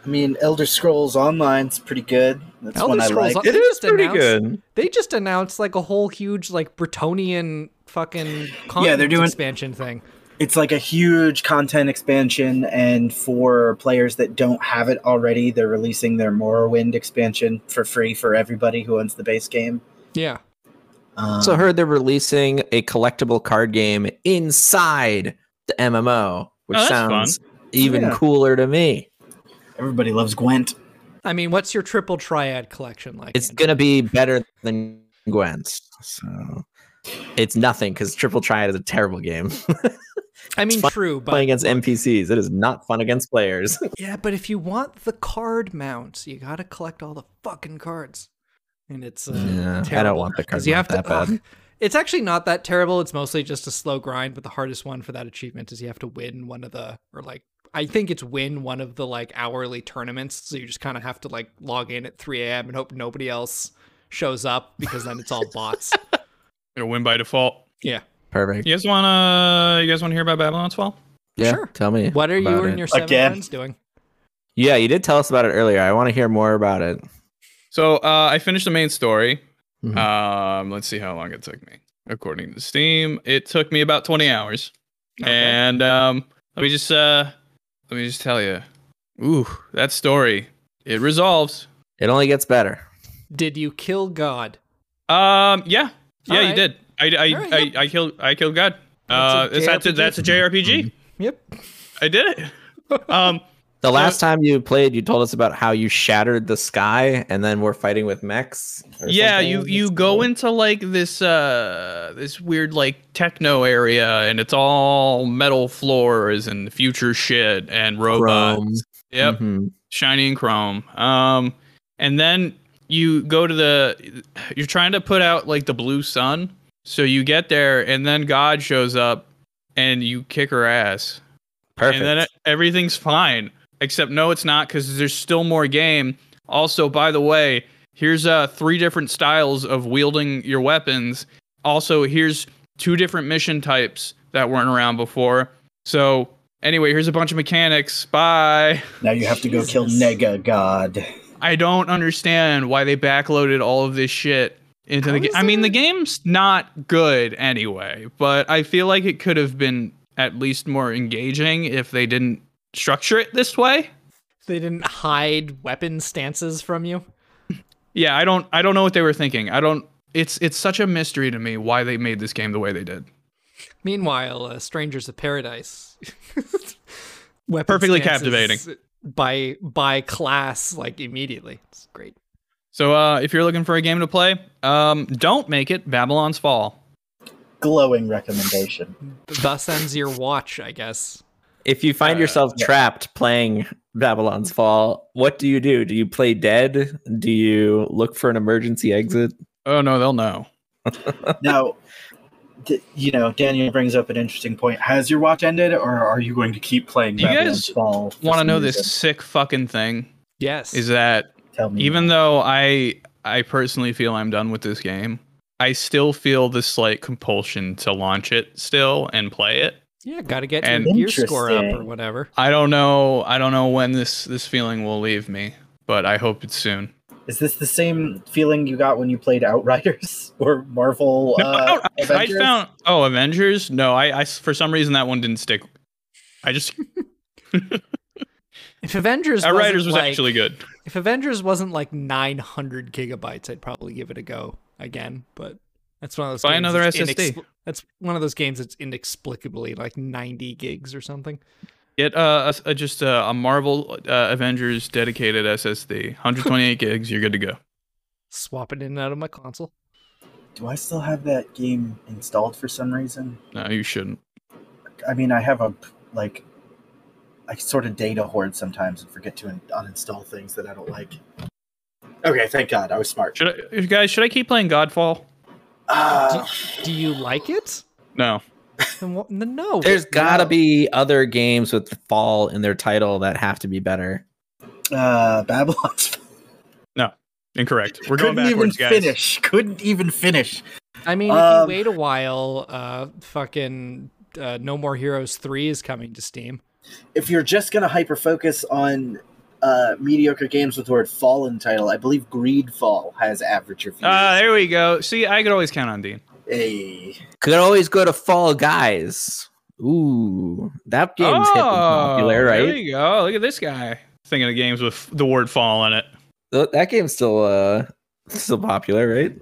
I mean, Elder Scrolls Online's pretty good. That's
Elder
one I
Scrolls
like.
On-
It is
just
pretty
announced-
good.
They just announced like a whole huge like Bretonian fucking continent
doing-
expansion thing.
It's like a huge content expansion, and for players that don't have it already, they're releasing their Morrowind expansion for free for everybody who owns the base game.
Yeah.
Um,
So heard they're releasing a collectible card game inside the MMO, which
Oh, that's
sounds even
Yeah.
cooler to me.
everybody loves Gwent.
I mean, what's your triple triad collection like?
It's gonna be better than Gwent. So it's nothing because Triple Triad is a terrible game.
I mean,
it's fun
true, but
Playing against NPCs, it is not fun against players.
yeah, but if you want the card mounts, you gotta collect all the fucking cards, and it's uh,
Yeah, I don't
terrible,
want the card
'cause you
mount
have to-
that bad.
ugh. It's actually not that terrible. It's mostly just a slow grind, but the hardest one for that achievement is you have to win one of the or like I think it's win one of the like hourly tournaments. So you just kind of have to like log in at 3 a.m. and hope nobody else shows up because then it's all bots.
It'll win by default.
yeah.
Perfect.
You guys wanna? You guys wanna hear about Babylon's Fall?
Yeah,
Sure.
tell me.
What are you
about
and
it.
your seven
Again.
friends doing?
Yeah, you did tell us about it earlier. I want to hear more about it.
So uh, I finished the main story.
Mhm.
Mm-hmm.
Um, let's see how long it took me. According to Steam, it took me about 20 hours.
Okay.
And um, let me just uh, let me just tell you, ooh, that story it resolves.
It only gets better.
Did you kill God?
Um, yeah, yeah, you
Alright.
did. I I,
Alright,
I,
yep.
I killed I killed God. Uh,
That's
that's
a
that's a,
JRPG.
that's a JRPG.
Yep.
I did it. Um,
The last time you played, you told us about how you shattered the sky, and then we're fighting with mechs. or
yeah
something.
you
That's
you go
cool.
into like this uh this weird like techno area and it's all metal floors and future shit and robots
Chrome.
yep
Mhm.
shiny and chrome um and then you go to the you're trying to put out like the blue sun so you get there and then god shows up and you kick her ass
Perfect.
and then it- everything's fine. Except no, it's not because there's still more game. Also, by the way, here's uh three different styles of wielding your weapons. Also, here's two different mission types that weren't around before. So anyway, here's a bunch of mechanics. Bye.
Now you have to go kill
Jesus.
Nega God.
I don't understand why they backloaded all of this shit into
How
the game.
is
I mean, the
that-
game's not good anyway, but I feel like it could have been at least more engaging if they didn't structure it this way.
They didn't hide weapon stances from you.
Yeah, I don't I don't know what they were thinking. I don't it's it's such a mystery to me why they made this game the way they did.
Meanwhile, uh, Strangers of Paradise, Weapon
Perfectly
stances by by class, like immediately. It's great.
So uh, if you're looking for a game to play, um, don't make it Babylon's Fall.
Glowing recommendation.
Thus ends your watch, I guess.
If you find
Uh,
yourself
yeah.
trapped playing Babylon's Fall, what do you do? Do you play dead? Do you look for an emergency exit?
Oh no, they'll know.
now, d- you know, Daniel brings up an interesting point. Has your watch ended, or are you going to keep playing?
Do you
Babylon's
guys
Fall for
Want to
some
know this
reason?
sick fucking thing
Yes.
is that
Tell me.
even though i i personally feel i'm done with this game i still feel this like compulsion to launch it still and play it
yeah, got to get
And-
your gear score up or
Interesting.
whatever.
i don't know i don't know when this this feeling will leave me but i hope it's soon
Is this the same feeling you got when you played Outriders or Marvel?
no, I,
uh,
don't, I- I
Avengers?
found oh avengers no I, I for some reason that one didn't stick i just
If Avengers
our
wasn't
writers was
like-
actually good
If Avengers wasn't like 900 gigabytes, I'd probably give it a go again. But that's one of those.
Buy
games
another
that's
SSD.
that's one of those games that's inexplicably like 90 gigs or something.
get uh, a, a- just uh, a marvel uh, avengers dedicated ssd 128 gigs you're good to go
Swap it in and out of my console.
Do I still have that game installed for some reason?
no you shouldn't
I mean, I have a like, I sort of data hoard sometimes and forget to un- uninstall things that I don't like. Okay, thank God, I was smart.
should I, guys should i keep playing godfall
Uh,
Do you like it?
no
Then what, then no.
There's gotta
No.
be other games with fall in their title that have to be better.
uh, Babylon's
Incorrect. We're going
couldn't even
backwards, guys.
finish. Couldn't even finish.
I mean, if you
Um,
wait a while, uh, fucking uh, No More Heroes 3 is coming to Steam.
If you're just gonna hyper focus on uh, mediocre games with the word "fall" in title, I believe Greedfall has average reviews.
Ah, there we go. See, I could always count on Dean.
hey.
Could always go to Fall Guys. Ooh, that game's
Oh,
hip and popular,
Oh, There
right?
you go. Look at this guy thinking of games with the word "fall" in it.
Th- That game's still uh still popular, right?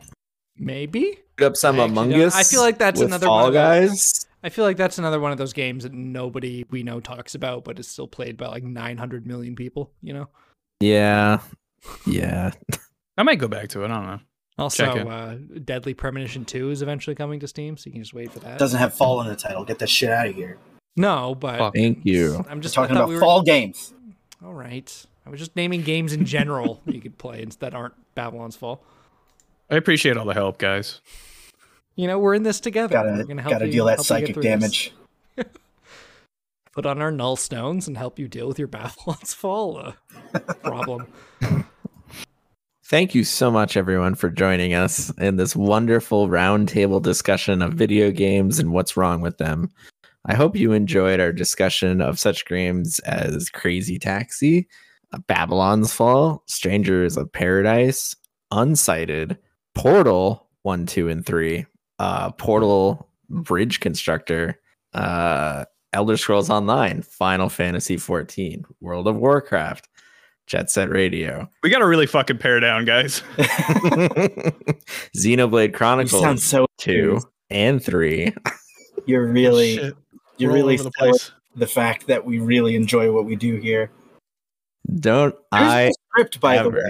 Maybe?
Put up some
I actually
Among
don't-
Us.
I feel like that's
with
another
Fall
one of those-
Guys.
I feel like that's another one of those games that nobody we know talks about, but it's still played by like 900 million people, you know?
Yeah, yeah.
I might go back to it. I don't know.
Also,
Check it.
uh, Deadly Premonition 2 is eventually coming to Steam, so you can just wait for that.
doesn't have fall in the title. Get that shit out of here.
no, but
Fuck.
Thank you.
I'm
Just
just I
talking
thought
about
we were-
fall games.
All right. I was just naming games in general that you could play ins- that aren't Babylon's Fall.
I appreciate all the help, guys.
You know, we're in this together. we're
Gotta
gonna help
gotta
you-
deal that
help you get
psychic
through this.
damage.
Put on our null stones and help you deal with your Babylon's Fall uh, problem.
Thank you so much, everyone, for joining us in this wonderful roundtable discussion of video games and what's wrong with them. I hope you enjoyed our discussion of such games as Crazy Taxi, Babylon's Fall, Strangers of Paradise, Unsighted, Portal 1, 2, and 3, uh, Portal Bridge Constructor, uh, Elder Scrolls Online, Final Fantasy 14, World of Warcraft, Jet Set Radio.
We got to really fucking pare down, guys.
Xenoblade
You
Chronicles
sound so.
2 and 3.
You're really,
Shit,
you're
we're all
really
over the
selling
place.
the fact that we really enjoy what we do here.
Don't
There's
I
no script, by the
ever.
way.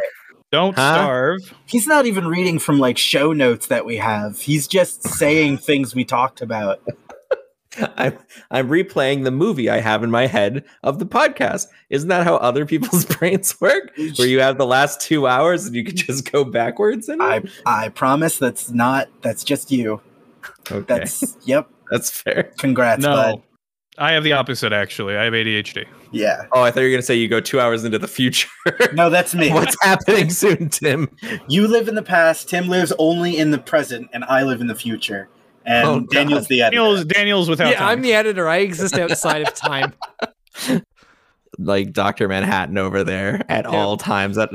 Don't
Huh?
starve.
He's not even reading from like show notes that we have. He's just saying things we talked about.
I'm, I'm replaying the movie I have in my head of the podcast. Isn't that how other people's brains work? Where you have the last two hours and you could just go backwards and
I I promise that's not that's just you.
okay, that's,
That's yep.
fair.
Congrats,
no,
bud.
I have the opposite. Actually, I have ADHD.
Yeah.
Oh, I thought you were gonna say you go two hours into the future.
No, that's me.
What's happening soon, Tim?
You live in the past. Tim lives only in the present, and I live in the future. And
Oh, God.
Daniel's the editor.
Daniel's Daniel's without
yeah,
time.
I'm the editor. I exist outside of time.
Like Doctor Manhattan over there at
Yeah.
all times, at,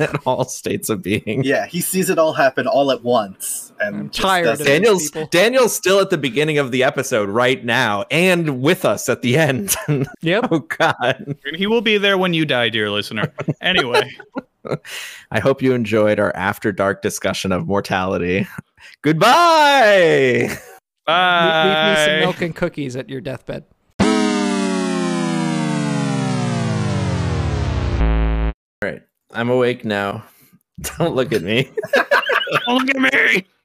at all states of being.
yeah, he sees it all happen all at once. and
I'm
just
tired of
doesn't-
it.
Daniel's
people.
Daniel's still at the beginning of the episode right now, and with us at the end.
Yep.
oh God!
He will be there when you die, dear listener. Anyway,
I hope you enjoyed our after dark discussion of mortality. Goodbye.
Le- Leave me some
bye.
milk and cookies at your deathbed.
I'm awake now. Don't look at me.
Don't look at me.